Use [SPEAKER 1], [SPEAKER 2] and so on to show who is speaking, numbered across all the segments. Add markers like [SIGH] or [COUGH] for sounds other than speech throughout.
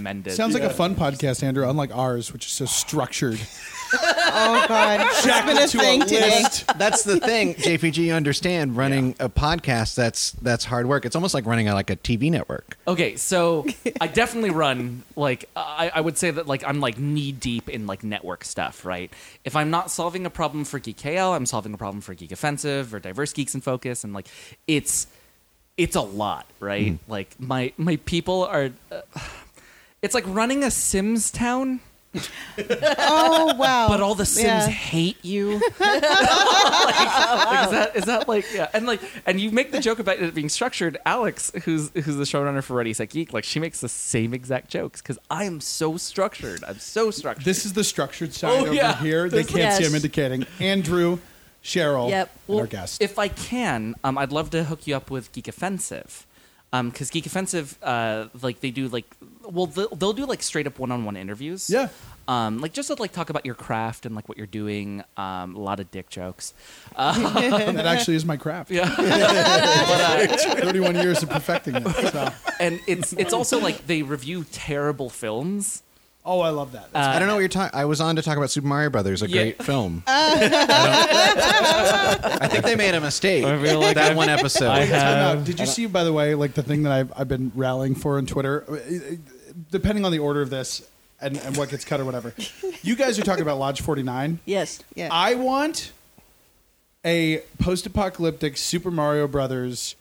[SPEAKER 1] recommend it.
[SPEAKER 2] Sounds like a fun podcast, Andrew. Unlike ours, which is so structured.
[SPEAKER 3] Oh God,
[SPEAKER 2] [LAUGHS]
[SPEAKER 3] it's been a thing today.
[SPEAKER 4] that's the thing, JPG. You understand running a podcast? That's that's hard work. It's almost like running a, like a TV network.
[SPEAKER 1] Okay, so
[SPEAKER 2] [LAUGHS]
[SPEAKER 1] I definitely run like I, I would say that like I'm like knee deep in like network stuff, right? If I'm not solving a problem for Geek KL, I'm solving a problem for Geek Offensive or Diverse Geeks in Focus, and like it's it's a lot, right? Like my my people are, uh, it's like running a Sims town,
[SPEAKER 3] [LAUGHS] Oh wow!
[SPEAKER 1] but all the Sims
[SPEAKER 3] Yeah.
[SPEAKER 1] hate
[SPEAKER 3] [LAUGHS]
[SPEAKER 1] you. [LAUGHS] like, like, is that is that like yeah? And like and you make the joke about it being structured. Alex, who's who's the showrunner for Ready Set Geek, like she makes the same exact jokes because I am so structured. I'm so structured.
[SPEAKER 2] This is the structured side
[SPEAKER 1] Oh,
[SPEAKER 2] over
[SPEAKER 1] yeah.
[SPEAKER 2] here. They
[SPEAKER 1] There's-
[SPEAKER 2] can't see
[SPEAKER 5] Yes.
[SPEAKER 2] I'm indicating. Andrew, Cheryl,
[SPEAKER 5] Yep.
[SPEAKER 2] and
[SPEAKER 1] Well,
[SPEAKER 2] our guest.
[SPEAKER 1] If I can, um, I'd love to hook you up with Geek Offensive, because Geek Offensive, uh, like they do like, well, they'll, they'll do like straight up one-on-one interviews.
[SPEAKER 2] Yeah. [LAUGHS]
[SPEAKER 1] Um, like just to like talk about your craft and like what you're doing. Um, a lot of dick jokes.
[SPEAKER 2] that actually is my craft.
[SPEAKER 1] Yeah.
[SPEAKER 2] 31 years of perfecting it. So.
[SPEAKER 1] [LAUGHS] and it's it's also like they review terrible films.
[SPEAKER 2] Oh, I love that. That's
[SPEAKER 4] I don't know what you're talking. I was on to talk about Super Mario Brothers, a
[SPEAKER 1] Yeah.
[SPEAKER 4] great film. I, don't- I think they made a mistake.
[SPEAKER 1] I feel like
[SPEAKER 4] that
[SPEAKER 1] I've-
[SPEAKER 4] one episode.
[SPEAKER 2] great.
[SPEAKER 1] Uh,
[SPEAKER 2] Time out. Did you see, by the way, like the thing that I've, I've been rallying for on Twitter? Uh, Depending on the order of this and, and what gets cut or whatever, you guys are talking about Lodge 49.
[SPEAKER 5] Yes.
[SPEAKER 3] yeah.
[SPEAKER 2] I want a post-apocalyptic Super Mario Brothers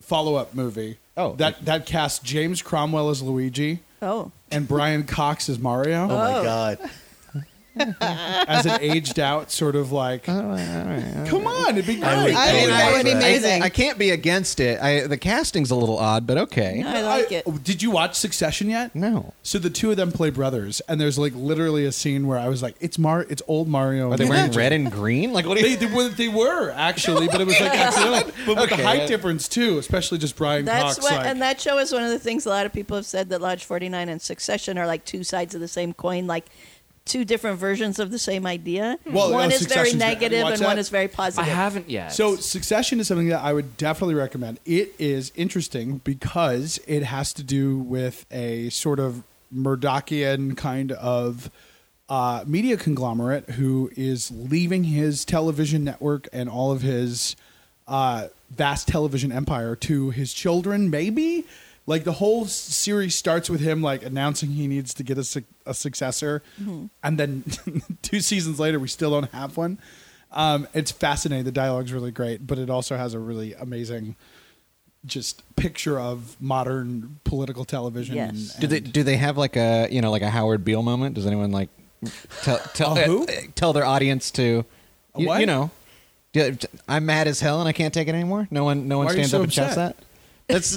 [SPEAKER 2] follow-up movie.
[SPEAKER 4] Oh.
[SPEAKER 2] that that casts James Cromwell as Luigi
[SPEAKER 5] Oh.
[SPEAKER 2] and Brian [LAUGHS] Cox as Mario
[SPEAKER 5] Oh.
[SPEAKER 4] my god.
[SPEAKER 2] as an aged-out sort of like. Come on, it'd be great.
[SPEAKER 3] I think that would be amazing.
[SPEAKER 4] I, can't be against it. I, the casting's a little odd, but okay.
[SPEAKER 5] I like it.
[SPEAKER 2] Did you watch Succession yet?
[SPEAKER 4] No.
[SPEAKER 2] So the two of them play brothers, and there's like literally a scene where I was like, "It's Mar, it's old Mario."
[SPEAKER 4] Are
[SPEAKER 2] and
[SPEAKER 4] they wearing
[SPEAKER 2] Luigi.
[SPEAKER 4] red and green? Like what? Are
[SPEAKER 2] They,
[SPEAKER 4] you,
[SPEAKER 2] they, were, they were actually, but it was [LAUGHS] like, accidental. but with
[SPEAKER 4] Okay.
[SPEAKER 2] the height difference too, especially just Brian
[SPEAKER 5] That's
[SPEAKER 2] Cox.
[SPEAKER 5] what,
[SPEAKER 2] like,
[SPEAKER 5] and that show is one of the things a lot of people have said that Lodge 49 and Succession are like two sides of the same coin, like two different versions of the same idea.
[SPEAKER 2] Well, uh,
[SPEAKER 5] one is very
[SPEAKER 2] Succession's good. Have you
[SPEAKER 5] negative
[SPEAKER 2] watched
[SPEAKER 5] and one
[SPEAKER 2] that?
[SPEAKER 5] is very
[SPEAKER 1] I
[SPEAKER 5] positive.
[SPEAKER 1] haven't yet.
[SPEAKER 2] So Succession is something that I would definitely recommend. It is interesting because it has to do with a sort of Murdochian kind of uh, media conglomerate who is leaving his television network and all of his uh, vast television empire to his children, maybe. Like the whole s- series starts with him like announcing he needs to get a, suc a successor, and then [LAUGHS] two seasons later we still don't have one. Um, it's fascinating. The dialogue's really great, but it also has a really amazing just picture of modern political television.
[SPEAKER 5] Yes.
[SPEAKER 2] and-
[SPEAKER 4] do they
[SPEAKER 2] and-
[SPEAKER 4] do they have like a you know like a Howard Beale moment? Does anyone like tell tell
[SPEAKER 2] A who?
[SPEAKER 4] uh, tell their audience to
[SPEAKER 2] A
[SPEAKER 4] you,
[SPEAKER 2] what?
[SPEAKER 4] you know? yeah, t- I'm mad as hell and I can't take it anymore. No one no one
[SPEAKER 2] Why are you
[SPEAKER 4] stands
[SPEAKER 2] so
[SPEAKER 4] up and shouts that.
[SPEAKER 2] upset?
[SPEAKER 4] That's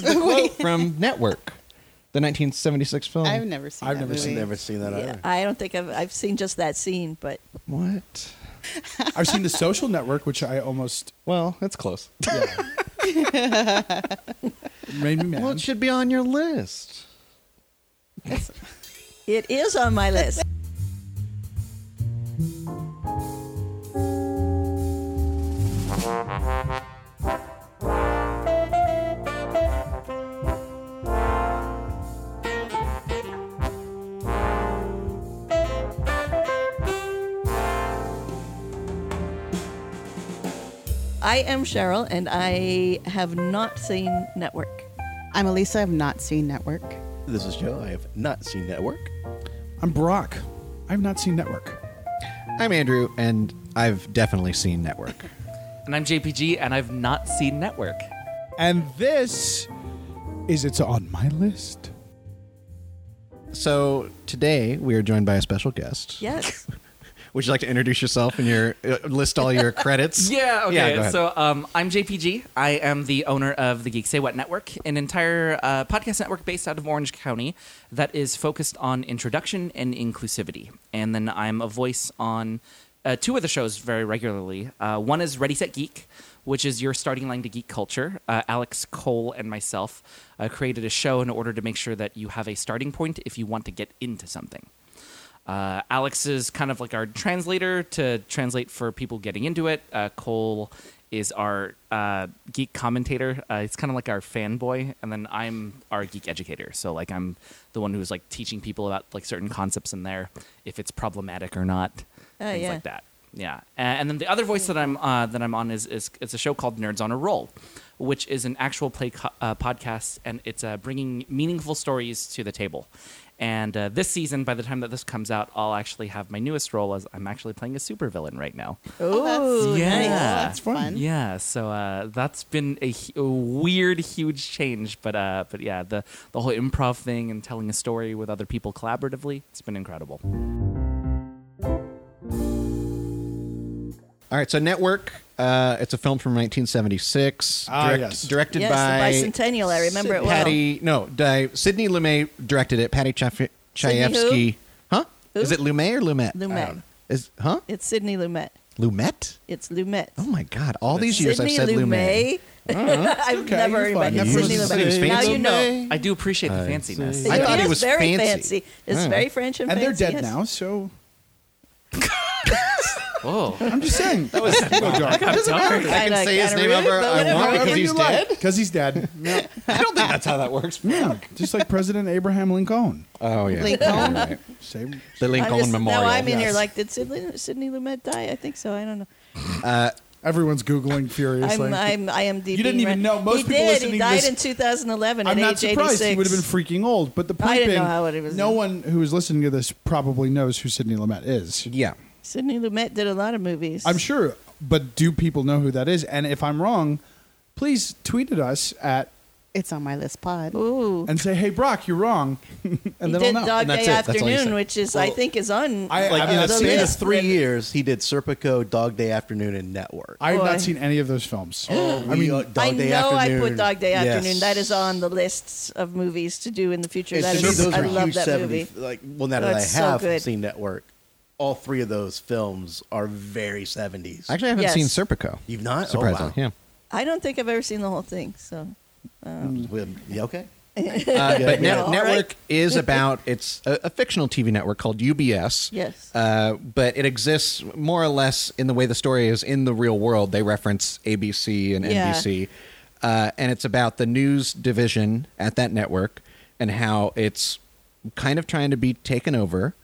[SPEAKER 2] [LAUGHS]
[SPEAKER 4] the quote from Network, the 1976 film.
[SPEAKER 3] I've never seen.
[SPEAKER 2] I've
[SPEAKER 3] that
[SPEAKER 2] never seen
[SPEAKER 3] movie.
[SPEAKER 2] that.
[SPEAKER 6] Never seen that
[SPEAKER 5] Yeah,
[SPEAKER 6] either.
[SPEAKER 5] I don't think I've, I've seen just that scene, but
[SPEAKER 4] What?
[SPEAKER 2] I've seen The Social Network, which I almost
[SPEAKER 4] Well, that's close.
[SPEAKER 2] made me mad.
[SPEAKER 4] Well, it should be on your list.
[SPEAKER 5] it is on my list. I am Cheryl, and I have not seen Network.
[SPEAKER 3] I'm Elisa. I've not seen Network.
[SPEAKER 6] This is Joe. I have not seen Network.
[SPEAKER 2] I'm Brock. I've not seen Network.
[SPEAKER 4] I'm Andrew, and I've definitely seen Network.
[SPEAKER 1] and I'm JPG, and I've not seen Network.
[SPEAKER 2] And this is It's On My List.
[SPEAKER 4] so today we are joined by a special guest.
[SPEAKER 5] Yes.
[SPEAKER 4] Would you like to introduce yourself and your uh, list all
[SPEAKER 6] [LAUGHS]
[SPEAKER 4] your credits?
[SPEAKER 1] Yeah,
[SPEAKER 4] Yeah,
[SPEAKER 1] okay.
[SPEAKER 4] go ahead.
[SPEAKER 1] so um, I'm JPG. I am the owner of the Geek Say What Network, an entire uh, podcast network based out of Orange County that is focused on introduction and inclusivity. And then I'm a voice on uh, two of the shows very regularly. Uh, one is Ready Set Geek, which is your starting line to geek culture. Uh, Alex Cole and myself uh, created a show in order to make sure that you have a starting point if you want to get into something. Uh, Alex is kind of like our translator to translate for people getting into it. Uh, Cole is our uh, geek commentator. Uh, it's kind of like our fanboy, and then I'm our geek educator. So like I'm the one who's like teaching people about like certain concepts in there, if it's problematic or not,
[SPEAKER 5] Oh,
[SPEAKER 1] things
[SPEAKER 5] yeah.
[SPEAKER 1] like that. Yeah, A- and then the other voice that I'm uh, that I'm on is, is it's a show called Nerds on a Roll, which is an actual play co- uh, podcast, and it's uh, bringing meaningful stories to the table. And uh, this season, by the time that this comes out, I'll actually have my newest role as I'm actually playing a supervillain right now.
[SPEAKER 3] Oh, that's
[SPEAKER 1] yeah.
[SPEAKER 3] nice.
[SPEAKER 1] That's
[SPEAKER 3] That's
[SPEAKER 1] fun. Oh,
[SPEAKER 3] fun.
[SPEAKER 1] Yeah, so uh, that's been a, hu- a weird, huge change, but uh, but yeah, the the whole improv thing and telling a story with other people collaboratively, it's been incredible.
[SPEAKER 4] All right, so Network. Uh, it's a film from 1976.
[SPEAKER 2] Ah, yes.
[SPEAKER 4] Directed
[SPEAKER 5] Yes,
[SPEAKER 4] by
[SPEAKER 5] the bicentennial. I remember it well.
[SPEAKER 4] Patty. No, di, Sidney Lumet directed it. Patty Chaf- Chayefsky. Huh?
[SPEAKER 5] Who?
[SPEAKER 4] Is it Lumet or Lumet?
[SPEAKER 5] Lumet.
[SPEAKER 4] I don't know. Is huh?
[SPEAKER 5] It's Sidney Lumet.
[SPEAKER 4] Lumet.
[SPEAKER 5] It's Lumet.
[SPEAKER 4] Oh my God! All these years
[SPEAKER 5] Sidney
[SPEAKER 4] I've said Lumet.
[SPEAKER 5] Lumet. [LAUGHS] I've
[SPEAKER 2] Uh-huh, Okay,
[SPEAKER 5] never
[SPEAKER 2] you're fine.
[SPEAKER 5] heard about
[SPEAKER 4] You
[SPEAKER 5] Sidney
[SPEAKER 4] said it was
[SPEAKER 5] Lumet. Now
[SPEAKER 4] fancy.
[SPEAKER 5] you know.
[SPEAKER 1] I do appreciate the fanciness.
[SPEAKER 5] It
[SPEAKER 4] I thought he
[SPEAKER 5] is
[SPEAKER 4] was
[SPEAKER 5] very
[SPEAKER 4] fancy.
[SPEAKER 5] fancy. It's very French and
[SPEAKER 2] and they're
[SPEAKER 5] fancy,
[SPEAKER 2] dead
[SPEAKER 5] yes.
[SPEAKER 2] now. So
[SPEAKER 1] Whoa.
[SPEAKER 2] I'm just saying that [LAUGHS] was
[SPEAKER 4] I can
[SPEAKER 5] Kinda-
[SPEAKER 4] say his
[SPEAKER 5] kinda
[SPEAKER 4] name
[SPEAKER 5] rude,
[SPEAKER 4] however
[SPEAKER 5] but
[SPEAKER 4] I
[SPEAKER 5] whatever.
[SPEAKER 4] want because
[SPEAKER 5] Whatever
[SPEAKER 4] he's dead.
[SPEAKER 2] because he's dead. Yeah.
[SPEAKER 4] I don't think that's how that works.
[SPEAKER 2] yeah, just like President Abraham Lincoln.
[SPEAKER 4] Oh yeah,
[SPEAKER 3] Lincoln.
[SPEAKER 4] You're right.
[SPEAKER 2] Same.
[SPEAKER 4] the
[SPEAKER 5] I'm
[SPEAKER 4] Lincoln
[SPEAKER 5] just-
[SPEAKER 4] Memorial.
[SPEAKER 5] Now I'm in here
[SPEAKER 4] Yes.
[SPEAKER 5] like, did Sidney, Sidney Lumet die? I think so. I don't know.
[SPEAKER 2] Everyone's googling furiously.
[SPEAKER 5] I'm, uh, I'm IMDb.
[SPEAKER 2] You didn't even
[SPEAKER 5] right-
[SPEAKER 2] know. Most
[SPEAKER 5] he
[SPEAKER 2] people
[SPEAKER 5] did.
[SPEAKER 2] listening
[SPEAKER 5] He
[SPEAKER 2] to
[SPEAKER 5] died
[SPEAKER 2] this-
[SPEAKER 5] in 2011
[SPEAKER 2] I'm
[SPEAKER 5] at
[SPEAKER 2] not
[SPEAKER 5] age
[SPEAKER 2] surprised
[SPEAKER 5] 86.
[SPEAKER 2] he would have been freaking old. But the point
[SPEAKER 5] didn't
[SPEAKER 2] being,
[SPEAKER 5] know how old he was
[SPEAKER 2] no
[SPEAKER 5] then.
[SPEAKER 2] one who is listening to this probably knows who Sidney Lumet is.
[SPEAKER 4] yeah.
[SPEAKER 5] Sidney Lumet did a lot of movies.
[SPEAKER 2] I'm sure, but do people know who that is? And if I'm wrong, please tweet at us at
[SPEAKER 3] It's on my list pod.
[SPEAKER 5] Ooll.
[SPEAKER 2] and say, "Hey, Brock, you're wrong," [LAUGHS] and
[SPEAKER 5] He
[SPEAKER 2] then I'll
[SPEAKER 5] did
[SPEAKER 2] know.
[SPEAKER 5] Dog
[SPEAKER 4] And that's
[SPEAKER 5] Day
[SPEAKER 4] it. That's all you said.
[SPEAKER 5] Afternoon, which is I think is on.
[SPEAKER 2] I-
[SPEAKER 6] Like
[SPEAKER 2] I've
[SPEAKER 6] in
[SPEAKER 2] not
[SPEAKER 6] the
[SPEAKER 5] seen
[SPEAKER 6] span
[SPEAKER 5] it.
[SPEAKER 6] of three years, he did Serpico, Dog Day Afternoon, and Network.
[SPEAKER 2] I have
[SPEAKER 5] Boy.
[SPEAKER 2] not seen any of those [GASPS] films. I
[SPEAKER 6] We,
[SPEAKER 2] mean,
[SPEAKER 6] uh,
[SPEAKER 5] I
[SPEAKER 6] Dog Day
[SPEAKER 5] know I
[SPEAKER 6] Afternoon.
[SPEAKER 5] put Dog Day
[SPEAKER 6] Yes.
[SPEAKER 5] Afternoon. That is on the lists of movies to do in the future.
[SPEAKER 6] It's
[SPEAKER 5] That
[SPEAKER 6] to me,
[SPEAKER 5] is,
[SPEAKER 6] those
[SPEAKER 5] I
[SPEAKER 6] were
[SPEAKER 5] love
[SPEAKER 6] huge
[SPEAKER 5] that
[SPEAKER 6] 70
[SPEAKER 5] movie.
[SPEAKER 6] Like, well, now that I
[SPEAKER 5] That's so
[SPEAKER 6] have
[SPEAKER 5] good.
[SPEAKER 6] seen Network, all three of those films are very 70s.
[SPEAKER 4] Actually, I haven't
[SPEAKER 5] Yes.
[SPEAKER 4] seen Serpico.
[SPEAKER 6] You've not? Oh, wow.
[SPEAKER 4] Surprisingly, yeah.
[SPEAKER 5] I don't think I've ever seen the whole thing. So
[SPEAKER 6] Um, Well,
[SPEAKER 5] [LAUGHS]
[SPEAKER 6] yeah, okay.
[SPEAKER 4] Uh, but
[SPEAKER 5] Yeah.
[SPEAKER 4] Net-
[SPEAKER 5] All
[SPEAKER 4] network
[SPEAKER 5] right.
[SPEAKER 4] is
[SPEAKER 5] [LAUGHS]
[SPEAKER 4] about it's a, a fictional TV network called UBS.
[SPEAKER 5] yes,
[SPEAKER 4] Uh, but it exists more or less in the way the story is in the real world. They reference ABC and
[SPEAKER 5] Yeah.
[SPEAKER 4] NBC, uh, and it's about the news division at that network and how it's kind of trying to be taken over,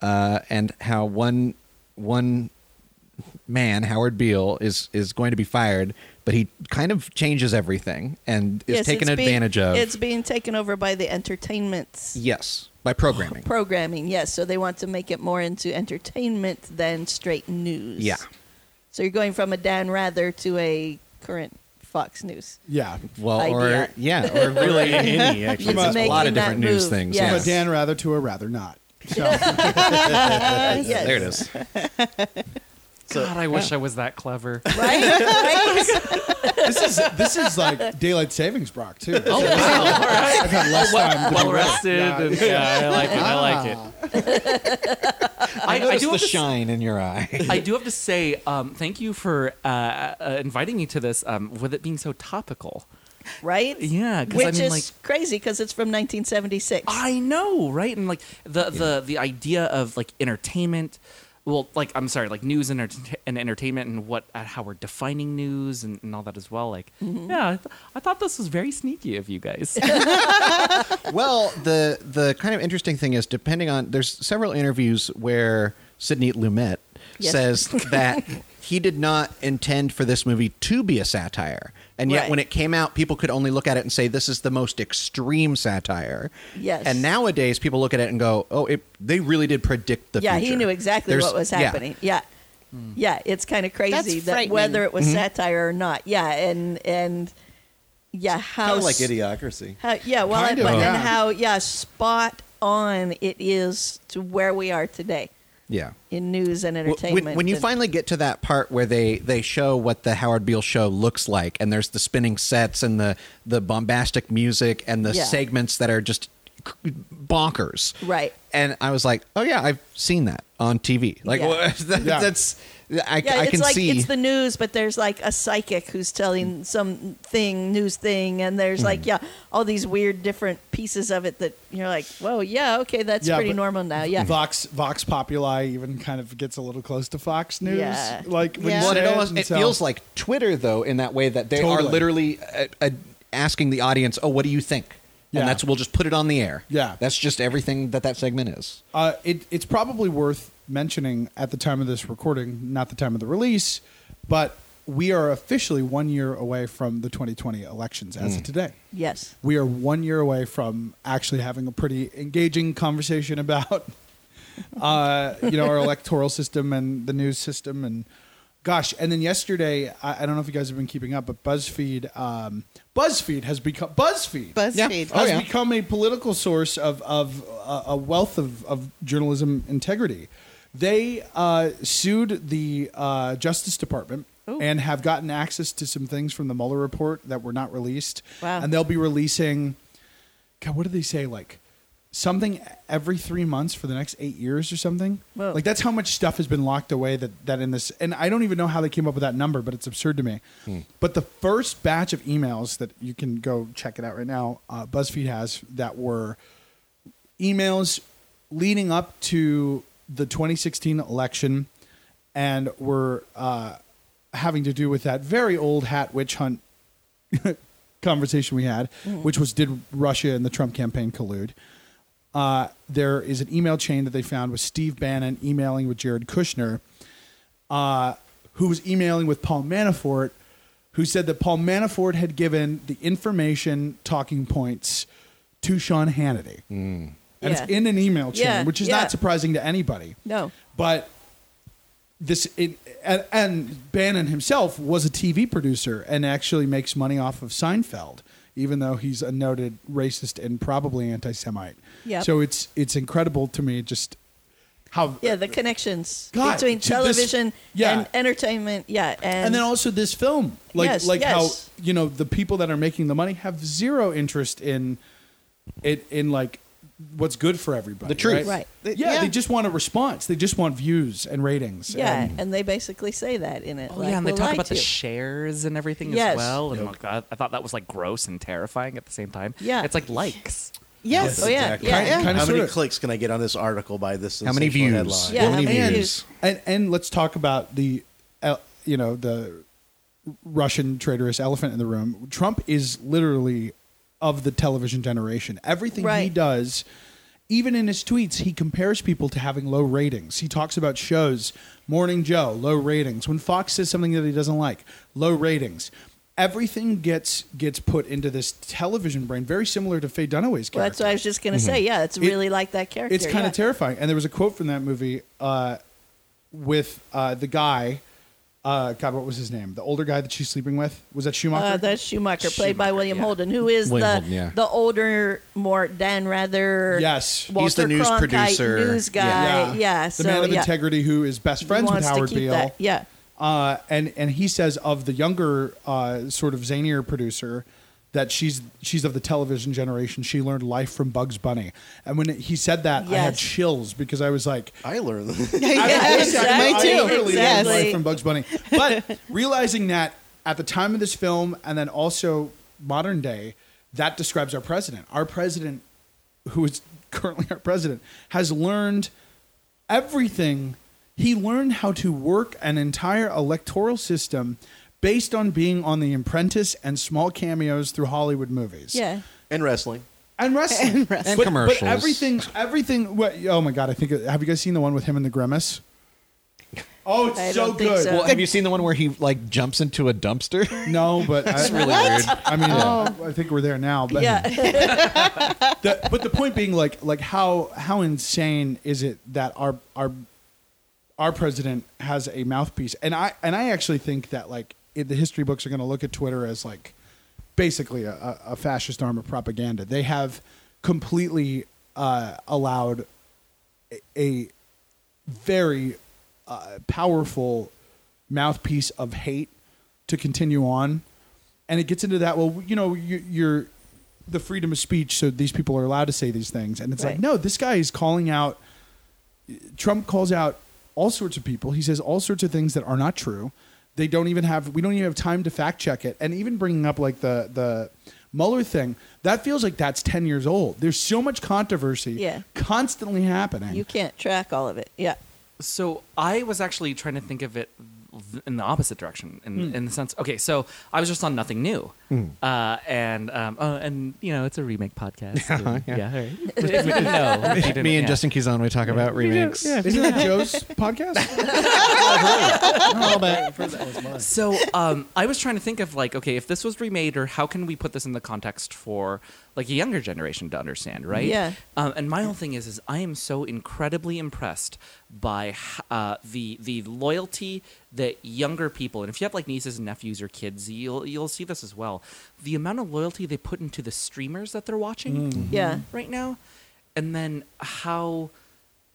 [SPEAKER 4] uh, and how one one man Howard Beale is is going to be fired, but he kind of changes everything and is
[SPEAKER 5] yes,
[SPEAKER 4] taken
[SPEAKER 5] it's being-
[SPEAKER 4] advantage of.
[SPEAKER 5] It's being taken over by the entertainment
[SPEAKER 4] Yes, by
[SPEAKER 5] [GASPS]
[SPEAKER 4] programming.
[SPEAKER 5] programming. Yes, so they want to make it more into entertainment than straight news.
[SPEAKER 4] Yeah.
[SPEAKER 5] So you're going from a Dan Rather to a current Fox News.
[SPEAKER 2] yeah.
[SPEAKER 4] Well, or
[SPEAKER 5] Idea.
[SPEAKER 4] yeah,
[SPEAKER 5] [LAUGHS]
[SPEAKER 4] or really any. Actually,
[SPEAKER 5] It's
[SPEAKER 4] there's a
[SPEAKER 5] making
[SPEAKER 4] lot of
[SPEAKER 5] that
[SPEAKER 4] different news
[SPEAKER 5] move,
[SPEAKER 4] things.
[SPEAKER 5] yes.
[SPEAKER 2] From
[SPEAKER 4] yes.
[SPEAKER 2] a Dan rather to a rather not. So
[SPEAKER 5] Uh, yes.
[SPEAKER 4] There it is.
[SPEAKER 1] God, I wish I was that clever. [LAUGHS]
[SPEAKER 4] [LAUGHS]
[SPEAKER 5] Right? right?
[SPEAKER 2] this is this is
[SPEAKER 5] [LAUGHS]
[SPEAKER 2] like daylight savings, Brock. [LAUGHS] Too.
[SPEAKER 1] Oh, wow. All right.
[SPEAKER 2] I've had less time. to
[SPEAKER 1] well
[SPEAKER 2] be
[SPEAKER 1] rested. and-
[SPEAKER 2] Yeah.
[SPEAKER 1] yeah, I like it. I like it. Ah. [LAUGHS] I, I, do
[SPEAKER 4] the
[SPEAKER 1] have to, s-
[SPEAKER 4] shine in your
[SPEAKER 5] [LAUGHS]
[SPEAKER 4] eye.
[SPEAKER 1] I do have to say, um, thank you for uh, uh, inviting me to this. Um, with it being so topical,
[SPEAKER 5] Right?
[SPEAKER 1] Yeah, 'cause I
[SPEAKER 5] Which
[SPEAKER 1] mean,
[SPEAKER 5] is
[SPEAKER 1] like-
[SPEAKER 5] crazy because it's from 1976.
[SPEAKER 1] I know, right? And like the the the idea of like entertainment. Well, like I'm sorry, like news and, enter- and entertainment, and what uh, how we're defining news and, and all that as well. Like, yeah, I, th- I thought this was very sneaky of you [LAUGHS] guys.
[SPEAKER 4] well, the the kind of interesting thing is depending on there's several interviews where Sidney Lumet
[SPEAKER 5] Yes. [LAUGHS]
[SPEAKER 4] says that he did not intend for this movie to be a satire. And yet
[SPEAKER 5] Right.
[SPEAKER 4] when it came out, people could only look at it and say this is the most extreme satire.
[SPEAKER 5] Yes.
[SPEAKER 4] And nowadays people look at it and go, "Oh, it they really did predict the
[SPEAKER 5] yeah,
[SPEAKER 4] future."
[SPEAKER 5] he knew exactly
[SPEAKER 4] There's-
[SPEAKER 5] what was
[SPEAKER 4] yeah. Hmm.
[SPEAKER 5] happening. Yeah. Yeah, it's kind of crazy
[SPEAKER 3] That's
[SPEAKER 5] that
[SPEAKER 3] frightening.
[SPEAKER 5] whether it was
[SPEAKER 4] Mm-hmm.
[SPEAKER 5] satire or not. Yeah, and and yeah, how
[SPEAKER 6] Kind of like
[SPEAKER 5] s-
[SPEAKER 6] Idiocracy.
[SPEAKER 5] How, yeah, well,
[SPEAKER 2] Kind
[SPEAKER 5] and, but,
[SPEAKER 2] of, yeah.
[SPEAKER 5] and how yeah, spot on it is to where we are today
[SPEAKER 4] Yeah.
[SPEAKER 5] in news and
[SPEAKER 4] Wh-
[SPEAKER 5] entertainment.
[SPEAKER 4] When, when you
[SPEAKER 5] and-
[SPEAKER 4] finally get to that part where they they show what the Howard Beale show looks like, and there's the spinning sets and the the bombastic music and the
[SPEAKER 5] Yeah.
[SPEAKER 4] segments that are just c- bonkers,
[SPEAKER 5] Right.
[SPEAKER 4] And I was like, oh yeah, I've seen that on TV. Like
[SPEAKER 5] Yeah.
[SPEAKER 4] [LAUGHS] that,
[SPEAKER 2] Yeah.
[SPEAKER 4] that's I,
[SPEAKER 5] Yeah,
[SPEAKER 4] I
[SPEAKER 5] it's
[SPEAKER 4] can
[SPEAKER 5] like
[SPEAKER 4] see. Mm.
[SPEAKER 5] it's the news, but there's like a psychic who's telling some thing, news thing, and there's like yeah, all these weird different pieces of it that you're like, whoa, yeah, okay, that's
[SPEAKER 2] Yeah,
[SPEAKER 5] pretty
[SPEAKER 2] but
[SPEAKER 5] normal now. Yeah,
[SPEAKER 2] Vox Vox Populi even kind of gets a little close to Fox News.
[SPEAKER 5] Yeah.
[SPEAKER 2] Like when you
[SPEAKER 5] Yeah.
[SPEAKER 4] Well, and
[SPEAKER 2] say
[SPEAKER 4] it almost
[SPEAKER 2] and
[SPEAKER 4] it
[SPEAKER 2] so-
[SPEAKER 4] feels like Twitter though in that way that they are
[SPEAKER 2] Totally.
[SPEAKER 4] literally uh, uh, asking the audience, "Oh, what do you think?"
[SPEAKER 2] Yeah.
[SPEAKER 4] And that's we'll just put it on the air.
[SPEAKER 2] Yeah.
[SPEAKER 4] that's just everything that that segment is.
[SPEAKER 2] Uh, it, it's probably worth mentioning at the time of this recording, not the time of the release, but we are officially one year away from the 2020 elections as of today.
[SPEAKER 5] yes,
[SPEAKER 2] We are one year away from actually having a pretty engaging conversation about, [LAUGHS] uh, you know, our electoral system and the news system and. Gosh, and then yesterday, I, I don't know if you guys have been keeping up, but BuzzFeed, um, BuzzFeed has become BuzzFeed
[SPEAKER 3] BuzzFeed.
[SPEAKER 4] Oh,
[SPEAKER 2] has
[SPEAKER 4] yeah.
[SPEAKER 2] become a political source of, of uh, a wealth of, of journalism integrity. They uh, sued the uh, Justice Department and have gotten access to some things from the Mueller report that were not released.
[SPEAKER 5] Wow.
[SPEAKER 2] And they'll be releasing, God, what do they say? Like something every three months for the next eight years or something?
[SPEAKER 5] Whoa.
[SPEAKER 2] Like that's how much stuff has been locked away that, that in this. And I don't even know how they came up with that number, but it's absurd to me. But the first batch of emails that you can go check it out right now, uh, BuzzFeed has that were emails leading up to the 2016 election and were uh, having to do with that very old hat witch hunt conversation we had,
[SPEAKER 5] Mm.
[SPEAKER 2] which was did Russia and the Trump campaign collude? Uh, there is an email chain that they found with Steve Bannon emailing with Jared Kushner, uh, who was emailing with Paul Manafort, who said that Paul Manafort had given the information talking points to Sean Hannity. And it's
[SPEAKER 5] Yeah.
[SPEAKER 2] in an email chain,
[SPEAKER 5] Yeah,
[SPEAKER 2] which is
[SPEAKER 5] yeah.
[SPEAKER 2] not surprising to anybody.
[SPEAKER 5] No.
[SPEAKER 2] But this it, and, and Bannon himself was a TV producer and actually makes money off of Seinfeld, even though he's a noted racist and probably anti-Semite.
[SPEAKER 5] Yep.
[SPEAKER 2] So it's it's incredible to me just how
[SPEAKER 5] yeah, the connections
[SPEAKER 2] God,
[SPEAKER 5] between
[SPEAKER 2] to this-
[SPEAKER 5] television
[SPEAKER 2] yeah.
[SPEAKER 5] and entertainment, yeah, and,
[SPEAKER 2] and then also this film like
[SPEAKER 5] Yes,
[SPEAKER 2] like
[SPEAKER 5] yes.
[SPEAKER 2] how you know the people that are making the money have zero interest in it in like what's good for everybody
[SPEAKER 4] The truth.
[SPEAKER 2] right,
[SPEAKER 5] Right.
[SPEAKER 3] Th-
[SPEAKER 2] Yeah,
[SPEAKER 3] yeah.
[SPEAKER 2] they just want a response they just want views and ratings
[SPEAKER 5] yeah,
[SPEAKER 2] and-
[SPEAKER 5] and they basically say that in it.
[SPEAKER 1] Oh
[SPEAKER 5] like,
[SPEAKER 1] yeah, and they
[SPEAKER 5] we'll
[SPEAKER 1] talk
[SPEAKER 5] lie
[SPEAKER 1] about
[SPEAKER 5] to
[SPEAKER 1] the
[SPEAKER 5] you.
[SPEAKER 1] shares and everything
[SPEAKER 5] Yes.
[SPEAKER 1] as well. And like, I, I thought that was like gross and terrifying at the same time.
[SPEAKER 5] Yeah.
[SPEAKER 1] it's like likes.
[SPEAKER 3] Yes.
[SPEAKER 5] Oh yeah,
[SPEAKER 6] Exactly.
[SPEAKER 5] yeah,
[SPEAKER 2] Kind-
[SPEAKER 5] yeah.
[SPEAKER 2] kind-
[SPEAKER 6] How
[SPEAKER 2] Kinda
[SPEAKER 6] many
[SPEAKER 2] sorta.
[SPEAKER 6] clicks can I get on this article by this?
[SPEAKER 4] How many
[SPEAKER 6] sensational
[SPEAKER 4] views?
[SPEAKER 6] headline?
[SPEAKER 5] Yeah,
[SPEAKER 4] how many
[SPEAKER 5] how many
[SPEAKER 4] views?
[SPEAKER 5] views?
[SPEAKER 2] and and let's talk about the uh, you know the Russian traitorous elephant in the room. Trump is literally of the television generation. Everything he
[SPEAKER 5] Right.
[SPEAKER 2] does, even in his tweets, he compares people to having low ratings. He talks about shows, Morning Joe, low ratings. When Fox says something that he doesn't like, low ratings. Everything gets gets put into this television brain, very similar to Faye Dunaway's character. Mm-hmm.
[SPEAKER 5] Well, that's what I was just gonna say. Yeah, it's really like that character.
[SPEAKER 2] It's kind
[SPEAKER 5] yeah.
[SPEAKER 2] of terrifying. And there was a quote from that movie uh, with uh, the guy. Uh, God, what was his name? The older guy that she's sleeping with was that Schumacher.
[SPEAKER 5] Uh, that's Schumacher, played by
[SPEAKER 1] Schumacher,
[SPEAKER 5] William
[SPEAKER 1] yeah.
[SPEAKER 5] Holden, who is
[SPEAKER 4] William
[SPEAKER 5] the
[SPEAKER 4] Holden, yeah.
[SPEAKER 5] the older, more Dan Rather.
[SPEAKER 2] Yes. He's
[SPEAKER 5] Walter
[SPEAKER 4] the news
[SPEAKER 5] Cronkite
[SPEAKER 4] producer.
[SPEAKER 5] news guy.
[SPEAKER 2] yeah,
[SPEAKER 5] Yeah,
[SPEAKER 2] the
[SPEAKER 5] so
[SPEAKER 2] man of
[SPEAKER 5] yeah.
[SPEAKER 2] integrity who is best
[SPEAKER 5] He
[SPEAKER 2] friends with
[SPEAKER 5] wants to
[SPEAKER 2] Howard
[SPEAKER 5] keep
[SPEAKER 2] Beale.
[SPEAKER 5] that- Yeah,
[SPEAKER 2] uh, and and he says of the younger uh, sort of zanier producer that she's she's of the television generation. She learned life from Bugs Bunny. And when he said that, I had
[SPEAKER 5] Yes.
[SPEAKER 2] chills because I was like,
[SPEAKER 6] I learned.
[SPEAKER 5] [LAUGHS]
[SPEAKER 3] [LAUGHS] Yeah,
[SPEAKER 2] I wish I,
[SPEAKER 5] exactly.
[SPEAKER 2] I
[SPEAKER 3] Me too.
[SPEAKER 2] literally
[SPEAKER 5] Yes.
[SPEAKER 2] learned life from Bugs Bunny. But realizing that at the time of this film and then also modern day, that describes our president. Our president, who is currently our president, has learned everything. He learned how to work an entire electoral system based on being on The Apprentice and small cameos through Hollywood movies
[SPEAKER 5] yeah.
[SPEAKER 6] [LAUGHS]
[SPEAKER 2] [LAUGHS]
[SPEAKER 6] and wrestling.
[SPEAKER 2] and wrestling
[SPEAKER 5] [LAUGHS]
[SPEAKER 3] And wrestling.
[SPEAKER 4] And
[SPEAKER 2] But-
[SPEAKER 4] commercials.
[SPEAKER 2] But everything, everything. What, oh my god! I think. Have you guys seen the one with him and the grimace? Oh, it's
[SPEAKER 5] I
[SPEAKER 2] so
[SPEAKER 5] don't think
[SPEAKER 2] good.
[SPEAKER 5] so.
[SPEAKER 4] Well, have you seen the one where he like jumps into a dumpster?
[SPEAKER 2] No, but that's really weird. I mean, I think we're there now. But
[SPEAKER 5] Oh. Yeah,
[SPEAKER 2] the, but the point being, like, like how how insane is it that our our our president has a mouthpiece, and I and I actually think that like it, the history books are going to look at Twitter as like basically a- a, a fascist arm of propaganda. They have completely uh, allowed a, a very uh, powerful mouthpiece of hate to continue on, and it gets into that. Well, you know, you, you're the freedom of speech, so these people are allowed to say these things, and it's like,
[SPEAKER 5] Right.
[SPEAKER 2] no, this guy is calling out. Trump calls out all sorts of people. He says all sorts of things that are not true. They don't even have we don't even have time to fact check it. And even bringing up like the the Mueller thing, that feels like that's 10 years old. There's so much controversy
[SPEAKER 5] Yeah.
[SPEAKER 2] constantly happening.
[SPEAKER 5] [LAUGHS] You can't track all of it. Yeah.
[SPEAKER 1] So I was actually trying to think of it th- in the opposite direction, in, in the sense. Okay, so I was just on nothing new, uh, and um, oh, and you know it's a remake podcast. and-
[SPEAKER 4] Yeah.
[SPEAKER 1] yeah, all right. [LAUGHS] If you didn't know, if you didn't-
[SPEAKER 4] Me
[SPEAKER 1] yeah.
[SPEAKER 4] and Justin Kizan, we talk about remakes.
[SPEAKER 2] Isn't that
[SPEAKER 1] [LAUGHS]
[SPEAKER 2] Joe's podcast?
[SPEAKER 4] [LAUGHS]
[SPEAKER 1] So um, I was trying to think of like, okay, if this was remade, or how can we put this in the context for like a younger generation to understand, right?
[SPEAKER 5] Yeah.
[SPEAKER 1] Um, and my whole thing is, is I am so incredibly impressed by h- uh, the the loyalty that younger people, and if you have like nieces and nephews or kids, you'll you'll see this as well. The amount of loyalty they put into the streamers that they're watching
[SPEAKER 5] Mm. Yeah.
[SPEAKER 1] right now, and then how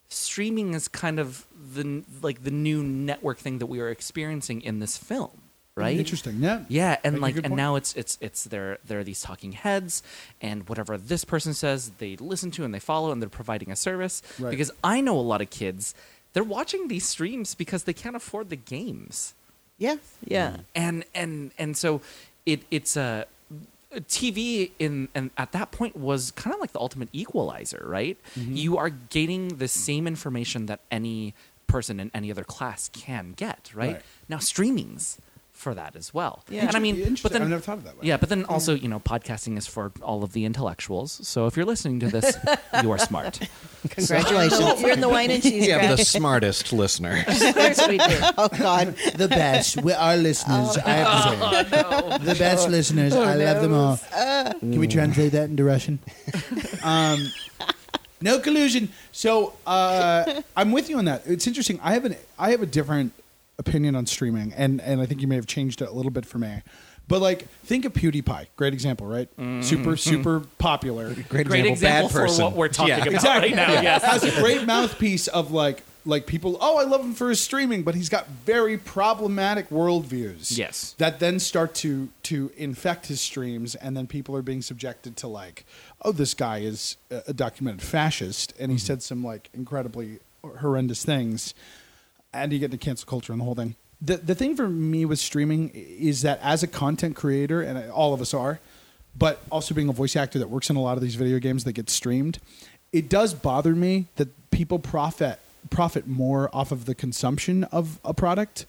[SPEAKER 1] streaming is kind of the like the new network thing that we are experiencing in this film, right?
[SPEAKER 2] Mm-hmm. Interesting. Yeah.
[SPEAKER 1] Yeah, and
[SPEAKER 2] Make a
[SPEAKER 1] like,
[SPEAKER 2] good
[SPEAKER 1] and
[SPEAKER 2] point.
[SPEAKER 1] now it's it's it's there. There are these talking heads, and whatever this person says, they listen to and they follow, and they're providing a service.
[SPEAKER 2] Right.
[SPEAKER 1] Because I know a lot of kids, they're watching these streams because they can't afford the games,
[SPEAKER 3] Yeah.
[SPEAKER 5] oh,
[SPEAKER 2] [LAUGHS]
[SPEAKER 5] Yeah.
[SPEAKER 1] and and and so it it's a. TV in and at that point was kind of like the ultimate equalizer, right? You are getting the same information that any person in any other class can get, right?
[SPEAKER 2] Right.
[SPEAKER 1] Now streamings for that as well.
[SPEAKER 5] Yeah.
[SPEAKER 1] And I mean,
[SPEAKER 2] Interesting.
[SPEAKER 1] but then
[SPEAKER 2] I've never thought of it that way.
[SPEAKER 1] yeah, but then also, you know, podcasting is for all of the intellectuals. So if you're listening to this, you are smart.
[SPEAKER 2] Oh,
[SPEAKER 3] Congratulations.
[SPEAKER 5] You're in the wine and cheese
[SPEAKER 4] You have
[SPEAKER 5] graph. [LAUGHS]
[SPEAKER 4] the smartest listener.
[SPEAKER 5] Of course we do.
[SPEAKER 3] Oh God.
[SPEAKER 7] the best. We are listeners. I have to say. The best listeners. I love them all. Can we translate that into Russian?
[SPEAKER 2] No collusion. So uh, I'm with you on that. It's interesting. I have an I have a different opinion on streaming, and and I think you may have changed it a little bit for me. But like, think of PewDiePie. Great example, right?
[SPEAKER 1] Mm-hmm.
[SPEAKER 2] Super super popular.
[SPEAKER 1] Great example for what we're talking about
[SPEAKER 2] Exactly.
[SPEAKER 1] right
[SPEAKER 2] [LAUGHS]
[SPEAKER 1] now. Yes.
[SPEAKER 2] Has a great mouthpiece of like like people. Oh, I love him for his streaming, but he's got very problematic worldviews.
[SPEAKER 1] Yes.
[SPEAKER 2] that then start to to infect his streams, and then people are being subjected to like, oh, this guy is a a documented fascist, and
[SPEAKER 1] Mm-hmm.
[SPEAKER 2] he said some like incredibly horrendous things, and you get into cancel culture and the whole thing. The the thing for me with streaming is that as a content creator, and all of us are, but also being a voice actor that works in a lot of these video games that get streamed, it does bother me that people profit profit more off of the consumption of a product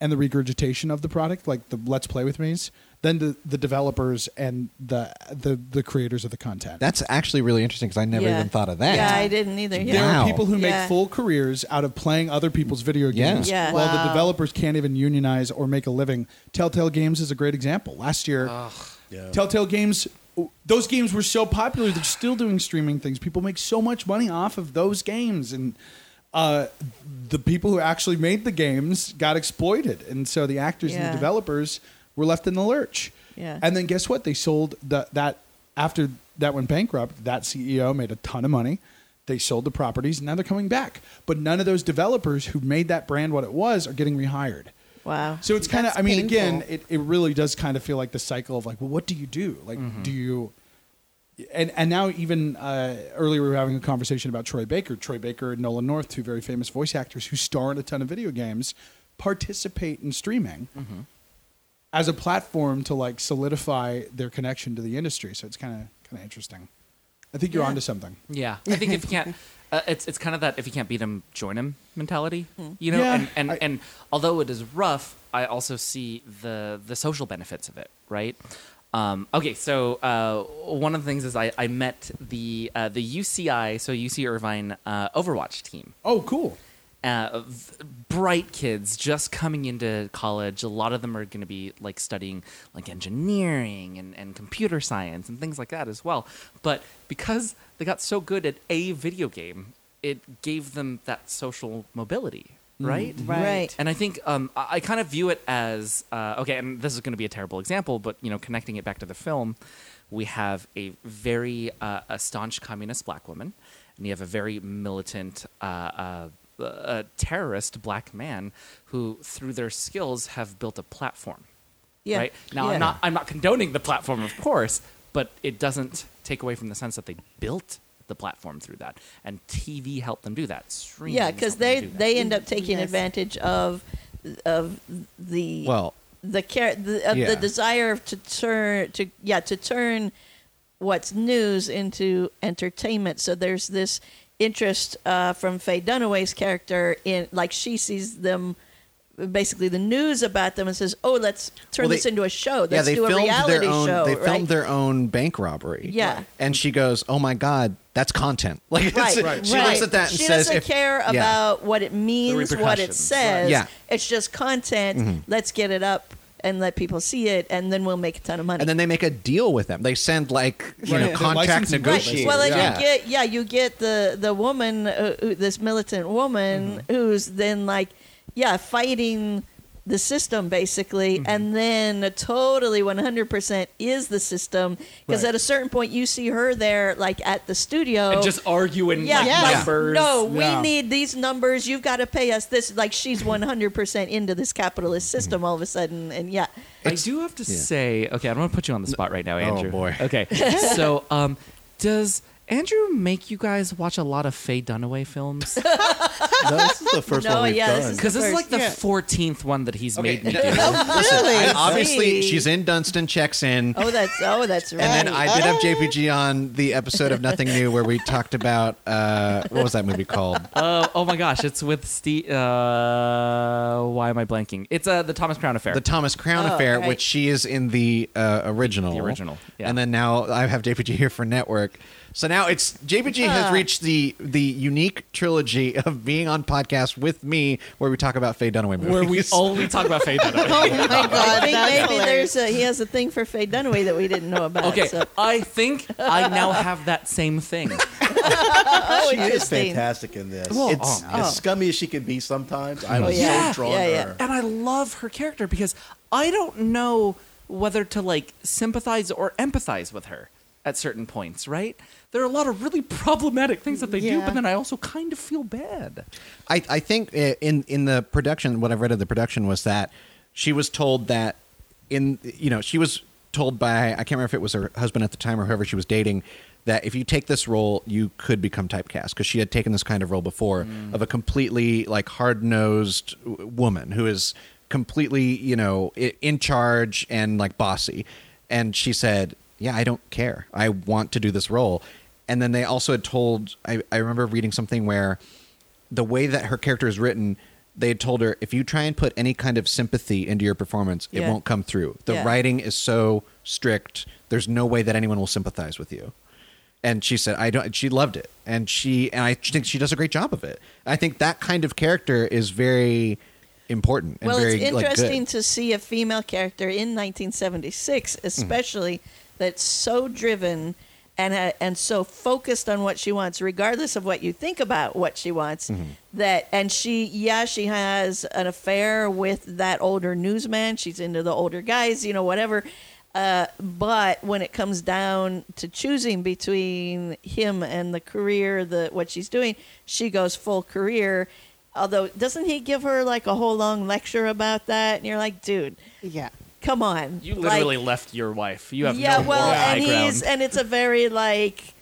[SPEAKER 2] and the regurgitation of the product, like the let's play with me's, than the, the developers and the, the the creators of the content.
[SPEAKER 4] That's actually really interesting because I never
[SPEAKER 5] yeah.
[SPEAKER 4] even thought of that.
[SPEAKER 5] Yeah, I didn't either.
[SPEAKER 2] there
[SPEAKER 5] Yeah.
[SPEAKER 4] Wow.
[SPEAKER 2] are people who
[SPEAKER 5] Yeah.
[SPEAKER 2] make full careers out of playing other people's video
[SPEAKER 4] Yeah.
[SPEAKER 2] games
[SPEAKER 5] Yeah.
[SPEAKER 2] while
[SPEAKER 5] Wow.
[SPEAKER 2] the developers can't even unionize or make a living. Telltale Games is a great example. Last year,
[SPEAKER 6] Yeah.
[SPEAKER 2] Telltale Games, those games were so popular, they're still doing streaming things. People make so much money off of those games. And uh, the people who actually made the games got exploited. And so the actors and
[SPEAKER 5] Yeah.
[SPEAKER 2] the developers were left in the lurch.
[SPEAKER 5] Yeah.
[SPEAKER 2] And then guess what? They sold the, that after that went bankrupt. That CEO made a ton of money. They sold the properties and now they're coming back. But none of those developers who made that brand what it was are getting rehired.
[SPEAKER 5] Wow.
[SPEAKER 2] So it's kind of,
[SPEAKER 3] That's
[SPEAKER 2] I mean,
[SPEAKER 3] painful.
[SPEAKER 2] again, it, it really does kind of feel like the cycle of like, well, what do you do? Like, do you, and, and now even uh, earlier we were having a conversation about Troy Baker. Troy Baker and Nolan North, two very famous voice actors who star in a ton of video games, participate in streaming as a platform to like solidify their connection to the industry. So it's kind of kind of interesting. I think you're
[SPEAKER 5] Yeah.
[SPEAKER 2] onto something.
[SPEAKER 1] Yeah, I think if you can't, uh, it's it's kind of that if you can't beat them, join them mentality. You know,
[SPEAKER 2] Yeah,
[SPEAKER 1] and and,
[SPEAKER 2] I-
[SPEAKER 1] and although it is rough, I also see the the social benefits of it. Right. Um, okay, so uh, one of the things is I, I met the uh, the UCI, so UC Irvine uh, Overwatch team.
[SPEAKER 2] Oh, cool.
[SPEAKER 1] uh, v- bright kids just coming into college. A lot of them are going to be like studying like engineering and, and computer science and things like that as well. But because they got so good at a video game, it gave them that social mobility, right?
[SPEAKER 5] Right.
[SPEAKER 1] And I think um, I, I kind of view it as uh, okay, and this is going to be a terrible example, but you know, connecting it back to the film, we have a very uh, a staunch communist black woman, and you have a very militant uh, uh, uh, terrorist black man who, through their skills, have built a platform.
[SPEAKER 5] Yeah.
[SPEAKER 1] Right now,
[SPEAKER 5] Yeah.
[SPEAKER 1] I'm not I'm not condoning the platform, of course, but it doesn't take away from the sense that they built the platform through that, and TV helped them do that. Streaming
[SPEAKER 5] yeah,
[SPEAKER 1] has
[SPEAKER 5] because
[SPEAKER 1] helped them
[SPEAKER 5] they
[SPEAKER 1] do that.
[SPEAKER 5] they end up taking
[SPEAKER 3] Yes.
[SPEAKER 5] advantage of of the
[SPEAKER 4] Well,
[SPEAKER 5] the care the, of
[SPEAKER 4] Yeah.
[SPEAKER 5] the desire to turn to yeah to turn what's news into entertainment. So there's this interest uh, from Faye Dunaway's character in like she sees them basically the news about them and says, "Oh, let's turn
[SPEAKER 4] Well, they-
[SPEAKER 5] this into a show. Let's
[SPEAKER 4] yeah, they
[SPEAKER 5] do a
[SPEAKER 4] filmed
[SPEAKER 5] reality
[SPEAKER 4] their own.
[SPEAKER 5] show."
[SPEAKER 4] they
[SPEAKER 5] right?
[SPEAKER 4] filmed their own bank robbery.
[SPEAKER 5] Yeah.
[SPEAKER 4] and she goes, "Oh my god, that's content." [LAUGHS] Like it's-
[SPEAKER 5] Right, right.
[SPEAKER 4] she looks at that and
[SPEAKER 5] she
[SPEAKER 4] says,
[SPEAKER 5] doesn't
[SPEAKER 4] if-
[SPEAKER 5] care
[SPEAKER 4] yeah.
[SPEAKER 5] about what it means, what it
[SPEAKER 1] repercussions,
[SPEAKER 5] says.
[SPEAKER 4] Yeah. Mm-hmm.
[SPEAKER 5] It's just content. Let's get it up and let people see it, and then we'll make a ton of money.
[SPEAKER 4] And then they make a deal with them. They send like you
[SPEAKER 2] Right,
[SPEAKER 4] know
[SPEAKER 2] the
[SPEAKER 4] contract
[SPEAKER 2] licensing
[SPEAKER 5] Right.
[SPEAKER 4] negotiators.
[SPEAKER 5] Well, and
[SPEAKER 4] yeah.
[SPEAKER 5] you get yeah, you get the the woman, uh, who, this militant woman,
[SPEAKER 4] Mm-hmm.
[SPEAKER 5] who's then like, yeah, fighting the system basically,
[SPEAKER 4] Mm-hmm.
[SPEAKER 5] and then totally one hundred percent is the system because
[SPEAKER 2] Right.
[SPEAKER 5] at a certain point you see her there like at the studio
[SPEAKER 1] and just arguing
[SPEAKER 5] Oh. yeah,
[SPEAKER 1] like
[SPEAKER 5] like,
[SPEAKER 1] numbers.
[SPEAKER 5] no, we
[SPEAKER 2] Yeah.
[SPEAKER 5] need these numbers. You've got to pay us this. Like she's one hundred percent into this capitalist system all of a sudden, and yeah,
[SPEAKER 1] I do have to say, okay, I don't want to put you on the spot right now, Andrew.
[SPEAKER 4] Oh, boy.
[SPEAKER 1] Okay,
[SPEAKER 5] [LAUGHS]
[SPEAKER 1] so um, does Andrew make you guys watch a lot of Faye Dunaway
[SPEAKER 5] [LAUGHS]
[SPEAKER 1] films?
[SPEAKER 6] No, this is the first
[SPEAKER 5] No,
[SPEAKER 6] one we've
[SPEAKER 5] yeah, this
[SPEAKER 6] done.
[SPEAKER 5] is-
[SPEAKER 1] Because this is
[SPEAKER 5] First,
[SPEAKER 1] like the
[SPEAKER 5] yeah.
[SPEAKER 1] fourteenth one that he's made [LAUGHS] me do.
[SPEAKER 4] I-
[SPEAKER 3] really?
[SPEAKER 4] obviously,
[SPEAKER 5] Right.
[SPEAKER 4] she's in Dunstan checks in,
[SPEAKER 5] oh that's oh that's right.
[SPEAKER 4] and then I did have JPG on the episode of Nothing New where we talked about uh, what was that movie called?
[SPEAKER 1] Oh, oh my gosh, it's with Steve. Uh, why am I blanking? It's uh, the Thomas Crown Affair.
[SPEAKER 4] The Thomas Crown
[SPEAKER 5] Oh,
[SPEAKER 4] Affair,
[SPEAKER 5] right.
[SPEAKER 4] which she is in the uh, original.
[SPEAKER 1] The original, yeah.
[SPEAKER 4] And then now I have JPG here for network. So now it's JPG has reached the the unique trilogy of being on podcast with me, where we talk about Faye Dunaway movies.
[SPEAKER 1] where we only talk about Faye
[SPEAKER 5] [LAUGHS]
[SPEAKER 1] Dunaway.
[SPEAKER 3] Oh my
[SPEAKER 5] I
[SPEAKER 3] god,
[SPEAKER 5] think
[SPEAKER 3] that's
[SPEAKER 5] maybe
[SPEAKER 3] hilarious.
[SPEAKER 5] there's a, he has a thing for Faye Dunaway that we didn't know about.
[SPEAKER 1] Okay,
[SPEAKER 5] so.
[SPEAKER 1] I think I now have that same thing.
[SPEAKER 5] oh,
[SPEAKER 6] She is
[SPEAKER 5] interesting.
[SPEAKER 6] fantastic in this.
[SPEAKER 1] Well,
[SPEAKER 6] it's
[SPEAKER 1] oh.
[SPEAKER 6] as scummy as she can be sometimes. I was
[SPEAKER 5] yeah.
[SPEAKER 6] so drawn
[SPEAKER 5] Yeah,
[SPEAKER 6] to
[SPEAKER 5] yeah.
[SPEAKER 6] her.
[SPEAKER 1] and I love her character because I don't know whether to like sympathize or empathize with her at certain points, right? There are a lot of really problematic things that they do,
[SPEAKER 3] Yeah.
[SPEAKER 1] but then I also kind of feel bad.
[SPEAKER 4] I, I think uh, in in the production, what I've read of the production was that she was told that in you know she was told by I can't remember if it was her husband at the time or whoever she was dating that if you take this role you could become typecast because she had taken this kind of role before of a completely like hard nosed woman who is completely you know i- in charge and like bossy and she said yeah I don't care I want to do this role and then they also had told I, I remember reading something where the way that her character is written, they had told her if you try and put any kind of sympathy into your performance, it
[SPEAKER 5] Yeah.
[SPEAKER 4] won't come through. The
[SPEAKER 5] Yeah.
[SPEAKER 4] writing is so strict. There's no way that anyone will sympathize with you. And she said, I don't. She loved it, and she and I think she does a great job of it. I think that kind of character is very important. And
[SPEAKER 5] Well,
[SPEAKER 4] very,
[SPEAKER 5] it's
[SPEAKER 4] like, good.
[SPEAKER 5] interesting to see a female character in 1976, especially that's so driven and uh, and so focused on what she wants, regardless of what you think about what she wants.
[SPEAKER 4] Mm-hmm.
[SPEAKER 5] That and she, yeah, she has an affair with that older newsman. She's into the older guys, you know, whatever. Uh, but when it comes down to choosing between him and the career, the what she's doing, she goes full career. Although, doesn't he give her like a whole long lecture about that? And you're like, dude,
[SPEAKER 3] Yeah.
[SPEAKER 5] come on.
[SPEAKER 1] You literally
[SPEAKER 5] Like,
[SPEAKER 1] left your wife. You have
[SPEAKER 5] yeah,
[SPEAKER 1] no
[SPEAKER 5] well,
[SPEAKER 1] moral high
[SPEAKER 5] and he's
[SPEAKER 1] ground.
[SPEAKER 5] and it's a very like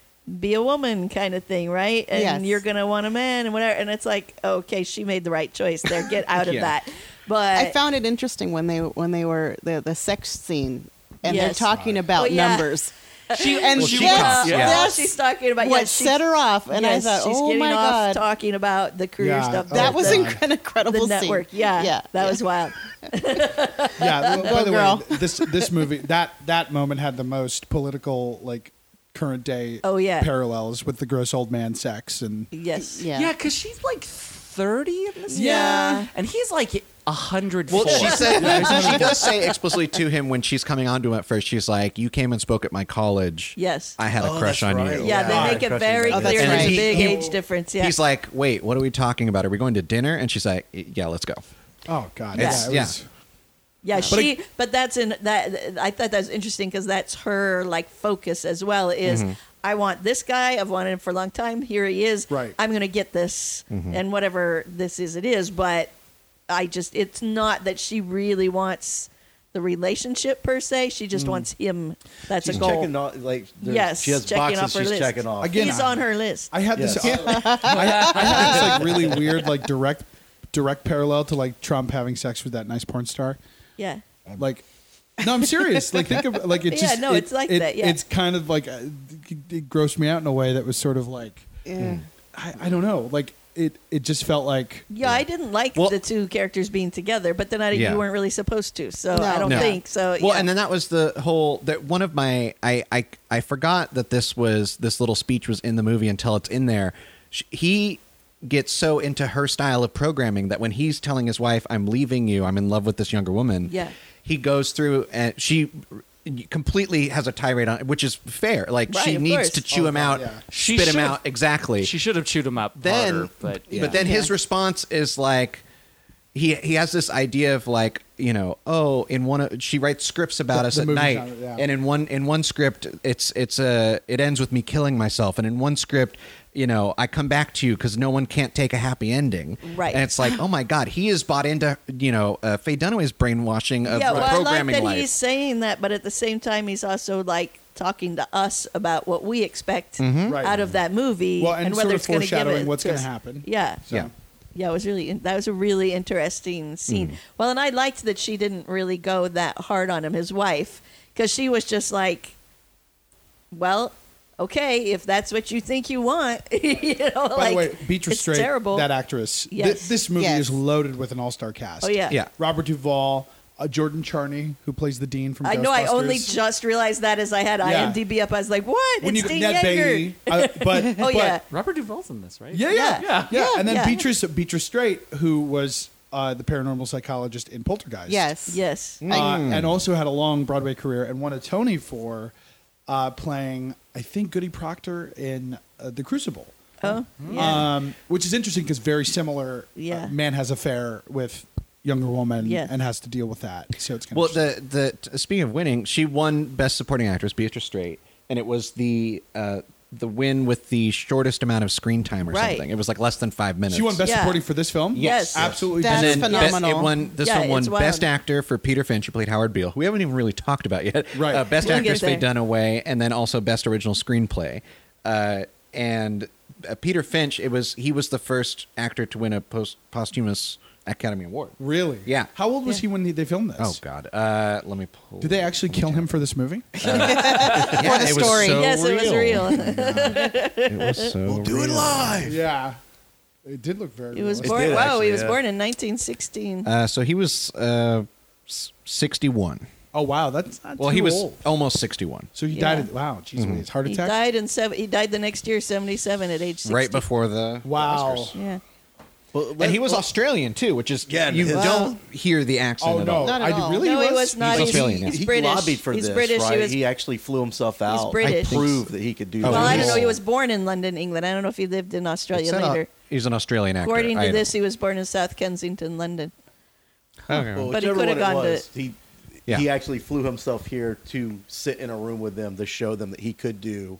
[SPEAKER 5] be a woman kind of thing, right? And
[SPEAKER 3] Yes.
[SPEAKER 5] you're gonna want a man and whatever. And it's like, okay, she made the right choice there. Get out
[SPEAKER 4] Yeah.
[SPEAKER 5] of that. But
[SPEAKER 3] I found it interesting when they when they were the the sex scene and
[SPEAKER 5] Yes.
[SPEAKER 3] they're talking about
[SPEAKER 5] Well, yeah. [LAUGHS]
[SPEAKER 3] numbers.
[SPEAKER 1] she,
[SPEAKER 3] and
[SPEAKER 1] well, she
[SPEAKER 3] that's-
[SPEAKER 1] comes, yeah.
[SPEAKER 5] yeah,
[SPEAKER 3] that's
[SPEAKER 5] she's talking about
[SPEAKER 3] what
[SPEAKER 5] yeah, she's-
[SPEAKER 3] set her off, and
[SPEAKER 5] yes,
[SPEAKER 3] I thought,
[SPEAKER 5] she's
[SPEAKER 3] oh
[SPEAKER 5] getting
[SPEAKER 3] my
[SPEAKER 5] off
[SPEAKER 3] god,
[SPEAKER 5] talking about the career
[SPEAKER 2] Yeah,
[SPEAKER 5] stuff.
[SPEAKER 2] oh,
[SPEAKER 3] that was
[SPEAKER 5] the,
[SPEAKER 2] God.
[SPEAKER 3] an incredible.
[SPEAKER 5] the
[SPEAKER 3] scene.
[SPEAKER 5] network. Yeah,
[SPEAKER 3] yeah,
[SPEAKER 5] that
[SPEAKER 3] yeah.
[SPEAKER 5] was wild. [LAUGHS]
[SPEAKER 2] yeah. By the
[SPEAKER 3] girl.
[SPEAKER 2] way, this this movie that that moment had the most political like current day.
[SPEAKER 5] Oh, yeah.
[SPEAKER 2] parallels with the gross old man sex and
[SPEAKER 5] Yes.
[SPEAKER 3] Yeah.
[SPEAKER 1] Yeah, because she's like 30 in this
[SPEAKER 5] Yeah.
[SPEAKER 1] movie, and he's like 104.
[SPEAKER 4] Well, she
[SPEAKER 1] [LAUGHS]
[SPEAKER 5] [LAUGHS]
[SPEAKER 4] said she does say explicitly to him when she's coming on to him at first. She's like, "You came and spoke at my college.
[SPEAKER 5] Yes.
[SPEAKER 4] I had
[SPEAKER 6] Oh,
[SPEAKER 4] a crush
[SPEAKER 6] that's
[SPEAKER 4] on
[SPEAKER 6] right.
[SPEAKER 4] you."
[SPEAKER 5] Yeah,
[SPEAKER 6] Yeah.
[SPEAKER 5] they make it
[SPEAKER 6] Crushing
[SPEAKER 5] very
[SPEAKER 6] that.
[SPEAKER 3] Oh, that's
[SPEAKER 5] clear there's
[SPEAKER 3] right.
[SPEAKER 5] a
[SPEAKER 3] He-
[SPEAKER 5] big
[SPEAKER 4] he-
[SPEAKER 5] age difference. Yeah.
[SPEAKER 4] He's like, "Wait, what are we talking about? Are we going to dinner?" And she's like, "Yeah, let's go."
[SPEAKER 2] oh god,
[SPEAKER 4] It's-
[SPEAKER 2] yeah, it was-
[SPEAKER 4] yeah.
[SPEAKER 5] Yeah, she. but that's in that. I thought that was interesting because that's her like focus as well. Is I want this guy. I've wanted him for a long time. Here he is.
[SPEAKER 2] Right.
[SPEAKER 5] I'm gonna get this, and whatever this is, it is. But I just, it's not that she really wants the relationship per se. She just wants him. That's
[SPEAKER 6] she's
[SPEAKER 5] a goal.
[SPEAKER 6] checking off like there's-
[SPEAKER 5] yes,
[SPEAKER 6] she has
[SPEAKER 5] checking
[SPEAKER 6] boxes
[SPEAKER 5] off her
[SPEAKER 6] she's
[SPEAKER 5] list.
[SPEAKER 6] checking off.
[SPEAKER 2] Again,
[SPEAKER 5] he's
[SPEAKER 2] I-
[SPEAKER 5] on her list.
[SPEAKER 2] I had this.
[SPEAKER 6] Yes.
[SPEAKER 2] I, I had this like really weird, like direct, direct parallel to like Trump having sex with that nice porn star.
[SPEAKER 5] yeah,
[SPEAKER 2] Like, no, I'm serious. Like, think of like it
[SPEAKER 5] Yeah,
[SPEAKER 2] just.
[SPEAKER 5] no,
[SPEAKER 2] it-
[SPEAKER 5] it's like
[SPEAKER 2] it-
[SPEAKER 5] that, yeah.
[SPEAKER 2] it's kind of like uh, it, it grossed me out in a way that was sort of like
[SPEAKER 3] Yeah.
[SPEAKER 2] I, I don't know. Like it, it just felt like
[SPEAKER 5] yeah. I didn't like
[SPEAKER 4] Well-
[SPEAKER 5] the two characters being together, but then I
[SPEAKER 4] Yeah.
[SPEAKER 5] you weren't really supposed to, so
[SPEAKER 3] No.
[SPEAKER 5] I don't
[SPEAKER 3] No.
[SPEAKER 5] think so.
[SPEAKER 4] Well,
[SPEAKER 5] yeah.
[SPEAKER 4] and then that was the whole that one of my I, I I forgot that this was this little speech was in the movie until it's in there. Sh he gets so into her style of programming that when he's telling his wife, "I'm leaving you. I'm in love with this younger woman."
[SPEAKER 5] Yeah.
[SPEAKER 4] He goes through and she completely has a tirade on which is fair. Like
[SPEAKER 5] Right,
[SPEAKER 4] she
[SPEAKER 5] of
[SPEAKER 4] needs
[SPEAKER 5] course.
[SPEAKER 4] to chew
[SPEAKER 2] Oh,
[SPEAKER 4] him
[SPEAKER 2] God,
[SPEAKER 4] out,
[SPEAKER 2] yeah.
[SPEAKER 1] She
[SPEAKER 4] spit him
[SPEAKER 1] should've-
[SPEAKER 4] out exactly
[SPEAKER 1] She should have chewed him up
[SPEAKER 4] then
[SPEAKER 1] harder, but yeah.
[SPEAKER 4] then his
[SPEAKER 5] Yeah.
[SPEAKER 4] response is like he he has this idea of like you know oh in one of, she writes scripts about
[SPEAKER 2] The-
[SPEAKER 4] us
[SPEAKER 2] the
[SPEAKER 4] at
[SPEAKER 2] movie
[SPEAKER 4] night
[SPEAKER 2] genre, yeah.
[SPEAKER 4] and in one in one script it's it's a it ends with me killing myself and in one script you know I come back to you because no one can't take a happy ending
[SPEAKER 5] Right.
[SPEAKER 4] and it's like oh my god he is bought into you know uh, Faye Dunaway's brainwashing of
[SPEAKER 5] yeah,
[SPEAKER 4] the
[SPEAKER 5] well, I like
[SPEAKER 4] uh, programming
[SPEAKER 5] that
[SPEAKER 4] life.
[SPEAKER 5] he's saying that, but at the same time, he's also like talking to us about what we expect
[SPEAKER 2] Right.
[SPEAKER 5] out of that movie,
[SPEAKER 2] well, and,
[SPEAKER 5] whether
[SPEAKER 2] sort of
[SPEAKER 5] it's going to give
[SPEAKER 2] foreshadowing
[SPEAKER 5] it
[SPEAKER 2] what's
[SPEAKER 5] to
[SPEAKER 2] going to
[SPEAKER 5] us.
[SPEAKER 2] happen.
[SPEAKER 5] Yeah,
[SPEAKER 4] Yeah.
[SPEAKER 5] yeah. It was really that was a really interesting scene.
[SPEAKER 2] Hmm.
[SPEAKER 5] Well, and I liked that she didn't really go that hard on him, his wife, because she was just like, "Well, okay, if that's what you think you want, [LAUGHS] you know."
[SPEAKER 2] By
[SPEAKER 5] like,
[SPEAKER 2] the way, Beatrice
[SPEAKER 5] it's
[SPEAKER 2] Straight,
[SPEAKER 5] terrible.
[SPEAKER 2] that actress. thi-
[SPEAKER 5] Yes.
[SPEAKER 2] this movie
[SPEAKER 3] Yes.
[SPEAKER 2] is loaded with an all-star cast.
[SPEAKER 5] Oh yeah,
[SPEAKER 4] yeah
[SPEAKER 2] Robert Duvall, uh, Jordan Charney, who plays the dean from.
[SPEAKER 5] I know. I only
[SPEAKER 2] Ghostbusters.
[SPEAKER 5] just realized that as I had
[SPEAKER 2] Yeah.
[SPEAKER 5] IMDb up. I was like, "What?
[SPEAKER 2] when you
[SPEAKER 5] it's
[SPEAKER 2] got
[SPEAKER 5] Dean
[SPEAKER 2] Ned
[SPEAKER 5] Yeager."
[SPEAKER 2] Beatty, uh, [LAUGHS] but oh
[SPEAKER 5] [LAUGHS] Oh yeah,
[SPEAKER 1] Robert Duvall's in this, right?
[SPEAKER 2] yeah, yeah,
[SPEAKER 5] Yeah.
[SPEAKER 2] yeah,
[SPEAKER 5] Yeah.
[SPEAKER 2] And then
[SPEAKER 5] Yeah.
[SPEAKER 2] Beatrice Beatrice Straight, who was uh, the paranormal psychologist in Poltergeist.
[SPEAKER 3] Yes.
[SPEAKER 5] yes. Mm.
[SPEAKER 2] uh, and also had a long Broadway career and won a Tony for uh, playing, I think, Goody Proctor in uh, The Crucible.
[SPEAKER 5] Oh, yeah.
[SPEAKER 2] Um, which is interesting because very similar. uh,
[SPEAKER 5] Yeah.
[SPEAKER 2] man has affair with younger woman
[SPEAKER 5] Yeah.
[SPEAKER 2] and has to deal with that. So it's kind
[SPEAKER 4] Well,
[SPEAKER 2] of
[SPEAKER 4] the the t- speaking of winning, she won Best Supporting Actress, Beatrice Straight, and it was the uh, the win with the shortest amount of screen time or
[SPEAKER 5] Right.
[SPEAKER 4] something. It was like less than five minutes.
[SPEAKER 2] she won best
[SPEAKER 5] Yeah.
[SPEAKER 2] supporting for this film.
[SPEAKER 5] Yes. Yes.
[SPEAKER 2] absolutely.
[SPEAKER 3] That's
[SPEAKER 4] and then best-
[SPEAKER 3] phenomenal.
[SPEAKER 4] it won this
[SPEAKER 5] Yeah,
[SPEAKER 4] one won
[SPEAKER 5] it's wild.
[SPEAKER 4] Best Actor for Peter Finch, who played Howard Beale, who we haven't even really talked about yet.
[SPEAKER 2] Right.
[SPEAKER 4] Uh, best
[SPEAKER 5] We'll get
[SPEAKER 4] Actress Faye
[SPEAKER 5] there.
[SPEAKER 4] Dunaway, and then also Best Original Screenplay. Uh, and uh, Peter Finch, it was he was the first actor to win a post posthumous Academy Award.
[SPEAKER 2] really.
[SPEAKER 4] Yeah.
[SPEAKER 2] How old was
[SPEAKER 5] Yeah.
[SPEAKER 2] he when they filmed this?
[SPEAKER 4] Oh God! Uh, let me pull.
[SPEAKER 2] Did they actually kill him for this
[SPEAKER 4] [LAUGHS]
[SPEAKER 2] movie?
[SPEAKER 4] yeah,
[SPEAKER 3] the
[SPEAKER 4] it was
[SPEAKER 3] story.
[SPEAKER 4] so
[SPEAKER 5] yes, it
[SPEAKER 2] [LAUGHS]
[SPEAKER 5] was real.
[SPEAKER 4] It was so.
[SPEAKER 6] we'll do it live.
[SPEAKER 2] yeah, it did look very.
[SPEAKER 5] It was
[SPEAKER 2] realistic.
[SPEAKER 5] born.
[SPEAKER 6] did,
[SPEAKER 5] wow,
[SPEAKER 6] actually,
[SPEAKER 5] he was
[SPEAKER 6] yeah.
[SPEAKER 5] born in 1916.
[SPEAKER 4] Uh, so he was uh, s- 61.
[SPEAKER 2] Oh wow, that's not
[SPEAKER 4] Well, he
[SPEAKER 2] too
[SPEAKER 4] was Mm-hmm.
[SPEAKER 2] old.
[SPEAKER 4] almost 61.
[SPEAKER 2] So he
[SPEAKER 5] Yeah.
[SPEAKER 2] died. At, wow, geez, Louise, heart
[SPEAKER 5] he
[SPEAKER 2] attack.
[SPEAKER 5] died in seven. He died the next year, 77, at age 60.
[SPEAKER 4] Right before the the
[SPEAKER 2] Wow.
[SPEAKER 4] Oscars.
[SPEAKER 5] Yeah.
[SPEAKER 6] Well,
[SPEAKER 4] And
[SPEAKER 6] let-
[SPEAKER 4] he was Australian too, which is
[SPEAKER 6] Yeah,
[SPEAKER 4] you
[SPEAKER 6] his-
[SPEAKER 4] don't hear the accent
[SPEAKER 2] Oh
[SPEAKER 4] at
[SPEAKER 2] no,
[SPEAKER 4] all.
[SPEAKER 3] Not
[SPEAKER 2] I
[SPEAKER 3] at all.
[SPEAKER 2] really
[SPEAKER 5] no,
[SPEAKER 2] was.
[SPEAKER 5] he was not.
[SPEAKER 4] He's
[SPEAKER 5] He's,
[SPEAKER 4] Australian, yeah.
[SPEAKER 5] he's
[SPEAKER 6] he
[SPEAKER 5] British.
[SPEAKER 6] lobbied for
[SPEAKER 5] he's
[SPEAKER 6] this,
[SPEAKER 5] British.
[SPEAKER 6] right?
[SPEAKER 5] He was,
[SPEAKER 6] he actually flew himself out
[SPEAKER 5] British.
[SPEAKER 6] to prove that he could do.
[SPEAKER 4] Oh,
[SPEAKER 6] this.
[SPEAKER 5] well, I
[SPEAKER 4] he's-
[SPEAKER 5] don't know. He was born in London, England. I don't know if he lived in Australia
[SPEAKER 4] It said, uh,
[SPEAKER 5] later.
[SPEAKER 4] he's an Australian actor.
[SPEAKER 5] According
[SPEAKER 4] I
[SPEAKER 5] to
[SPEAKER 4] don't-
[SPEAKER 5] this, he was born in South Kensington, London.
[SPEAKER 4] Okay.
[SPEAKER 6] Well,
[SPEAKER 5] But he
[SPEAKER 6] whichever
[SPEAKER 5] coulda
[SPEAKER 6] one it
[SPEAKER 5] gone to-
[SPEAKER 6] was, He,
[SPEAKER 4] Yeah.
[SPEAKER 6] he actually flew himself here to sit in a room with them to show them that he could do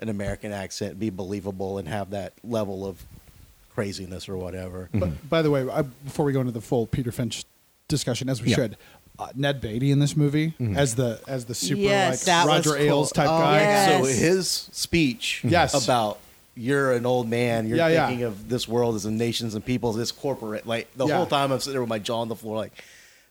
[SPEAKER 6] an American accent, be believable, and have that level of craziness or whatever.
[SPEAKER 4] Mm-hmm.
[SPEAKER 2] But, by the way, I, before we go into the full Peter Finch discussion, as we
[SPEAKER 4] Yeah. Mm-hmm.
[SPEAKER 2] should, uh, Ned Beatty in this movie as the as the super like
[SPEAKER 5] Yes.
[SPEAKER 3] That was
[SPEAKER 2] Roger
[SPEAKER 3] cool.
[SPEAKER 2] Ailes type
[SPEAKER 3] Oh,
[SPEAKER 2] guy.
[SPEAKER 5] yeah.
[SPEAKER 6] So
[SPEAKER 5] Yes.
[SPEAKER 6] his speech
[SPEAKER 2] Yes.
[SPEAKER 6] about you're an old man, you're
[SPEAKER 2] Yeah, yeah.
[SPEAKER 6] thinking of this world as a nations and peoples, this corporate, like the
[SPEAKER 2] Yeah.
[SPEAKER 6] whole time I'm sitting there with my jaw on the floor, like,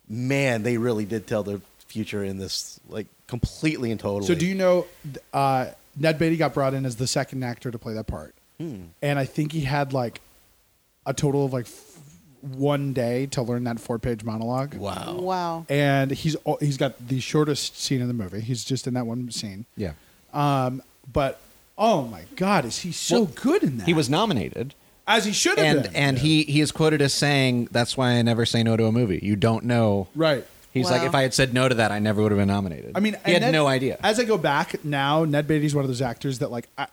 [SPEAKER 6] man, they really did tell their future in this, like, completely and totally.
[SPEAKER 2] So do you know th- uh, Ned Beatty got brought in as the second actor to play that part,
[SPEAKER 4] Hmm.
[SPEAKER 2] and I think he had like a total of like f- one day to learn that four page monologue.
[SPEAKER 6] Wow.
[SPEAKER 3] Wow.
[SPEAKER 2] And he's al- he's got the shortest scene in the movie. He's just in that one scene.
[SPEAKER 4] yeah.
[SPEAKER 2] But oh my god, is he so
[SPEAKER 4] Well,
[SPEAKER 2] good in that?
[SPEAKER 4] He was nominated.
[SPEAKER 2] as he should have
[SPEAKER 4] And
[SPEAKER 2] been.
[SPEAKER 4] and he, he is quoted as saying, That's why I never say no to a movie. You don't know.
[SPEAKER 2] right.
[SPEAKER 4] He's like,
[SPEAKER 5] Wow.
[SPEAKER 4] If I had said no to that, I never would have been nominated.
[SPEAKER 2] I mean,
[SPEAKER 4] he had
[SPEAKER 2] and Ned-
[SPEAKER 4] no idea.
[SPEAKER 2] As I go back now, Ned Beatty's one of those actors that, like, I,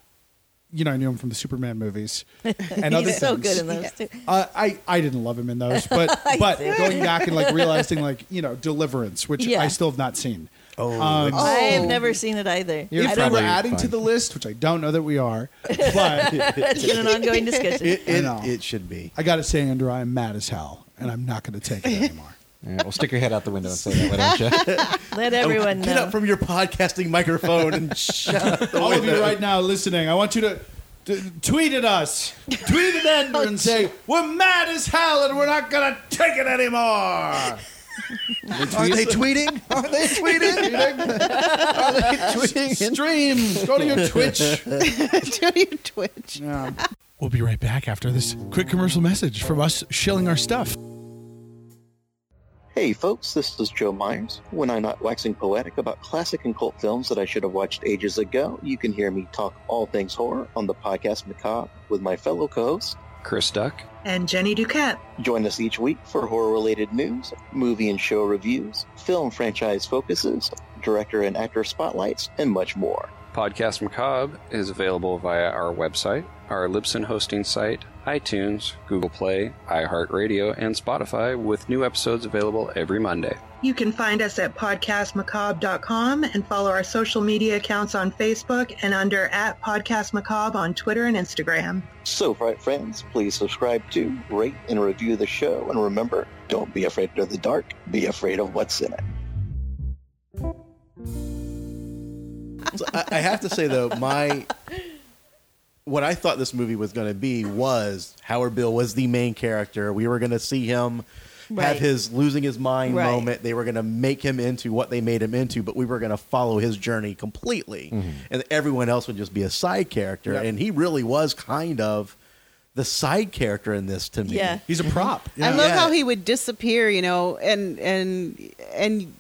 [SPEAKER 2] you know, I knew him from the Superman
[SPEAKER 5] [LAUGHS]
[SPEAKER 2] movies and other
[SPEAKER 5] He's so
[SPEAKER 2] things.
[SPEAKER 5] good in those.
[SPEAKER 2] [LAUGHS]
[SPEAKER 5] Too.
[SPEAKER 2] Uh, I I didn't love him in
[SPEAKER 5] [LAUGHS]
[SPEAKER 2] those, but but going back and like realizing like you know Deliverance, which
[SPEAKER 5] Yeah.
[SPEAKER 2] I still have not seen.
[SPEAKER 6] Oh,
[SPEAKER 2] Um,
[SPEAKER 5] I have
[SPEAKER 3] Oh.
[SPEAKER 5] never seen it either.
[SPEAKER 4] You're
[SPEAKER 5] I
[SPEAKER 2] if we
[SPEAKER 5] don't
[SPEAKER 2] were
[SPEAKER 4] probably
[SPEAKER 2] adding to
[SPEAKER 4] fine.
[SPEAKER 2] the list, which I don't know that we
[SPEAKER 5] [LAUGHS]
[SPEAKER 2] are, but
[SPEAKER 5] That's been
[SPEAKER 4] [LAUGHS]
[SPEAKER 5] an ongoing discussion.
[SPEAKER 6] it,
[SPEAKER 2] I
[SPEAKER 6] it,
[SPEAKER 2] know.
[SPEAKER 6] it should be.
[SPEAKER 5] [LAUGHS]
[SPEAKER 2] I got to say, Andrew, I'm mad as hell, and I'm not going to take it anymore.
[SPEAKER 4] Yeah, well, stick your head out the window and say that, why don't you?
[SPEAKER 5] Let everyone
[SPEAKER 6] Get
[SPEAKER 5] know.
[SPEAKER 6] up from your podcasting microphone and shut up the
[SPEAKER 2] All of you
[SPEAKER 6] window.
[SPEAKER 2] right now listening, I want you to. t- tweet at us, tweet at Ender, and say we're mad as hell and we're not gonna take it anymore.
[SPEAKER 4] Aren't they tweeting? Aren't
[SPEAKER 2] [LAUGHS]
[SPEAKER 4] they tweeting?
[SPEAKER 3] [LAUGHS]
[SPEAKER 4] Are they tweeting?
[SPEAKER 2] Stream, go to your Twitch.
[SPEAKER 3] Do you twitch?
[SPEAKER 2] We'll be right back after this quick commercial message from us shilling our stuff.
[SPEAKER 8] Hey folks, this is Joe Myers. When I'm not waxing poetic about classic and cult films that I should have watched ages ago, you can hear me talk all things horror on the podcast Macabre with my fellow co-host.
[SPEAKER 9] Chris Duck.
[SPEAKER 10] and Jenny Duquette.
[SPEAKER 8] Join us each week for horror-related news, movie and show reviews, film franchise focuses, director and actor spotlights, and much more.
[SPEAKER 9] Podcast Macabre is available via our website, our Libsyn hosting site, iTunes, Google Play, iHeartRadio, and Spotify, with new episodes available every Monday.
[SPEAKER 10] You can find us at podcastmacabre.com and follow our social media accounts on Facebook and under at Podcast Macabre on Twitter and Instagram.
[SPEAKER 8] So, right friends, please subscribe to, rate, and review the show, and remember, don't be afraid of the dark, be afraid of what's in it.
[SPEAKER 6] [LAUGHS] So I, I have to say though, my what I thought this movie was going to be was Howard Bill was the main character. We were going to see him have
[SPEAKER 5] Right.
[SPEAKER 6] his losing his mind
[SPEAKER 5] Right.
[SPEAKER 6] moment. They were going to make him into what they made him into, but we were going to follow his journey completely, and everyone else would just be a side character.
[SPEAKER 2] Yep.
[SPEAKER 6] And he really was kind of the side character in this to me.
[SPEAKER 5] Yeah.
[SPEAKER 2] He's a prop.
[SPEAKER 6] Yeah.
[SPEAKER 3] I love
[SPEAKER 6] Yeah.
[SPEAKER 3] how he would disappear, you know, and and and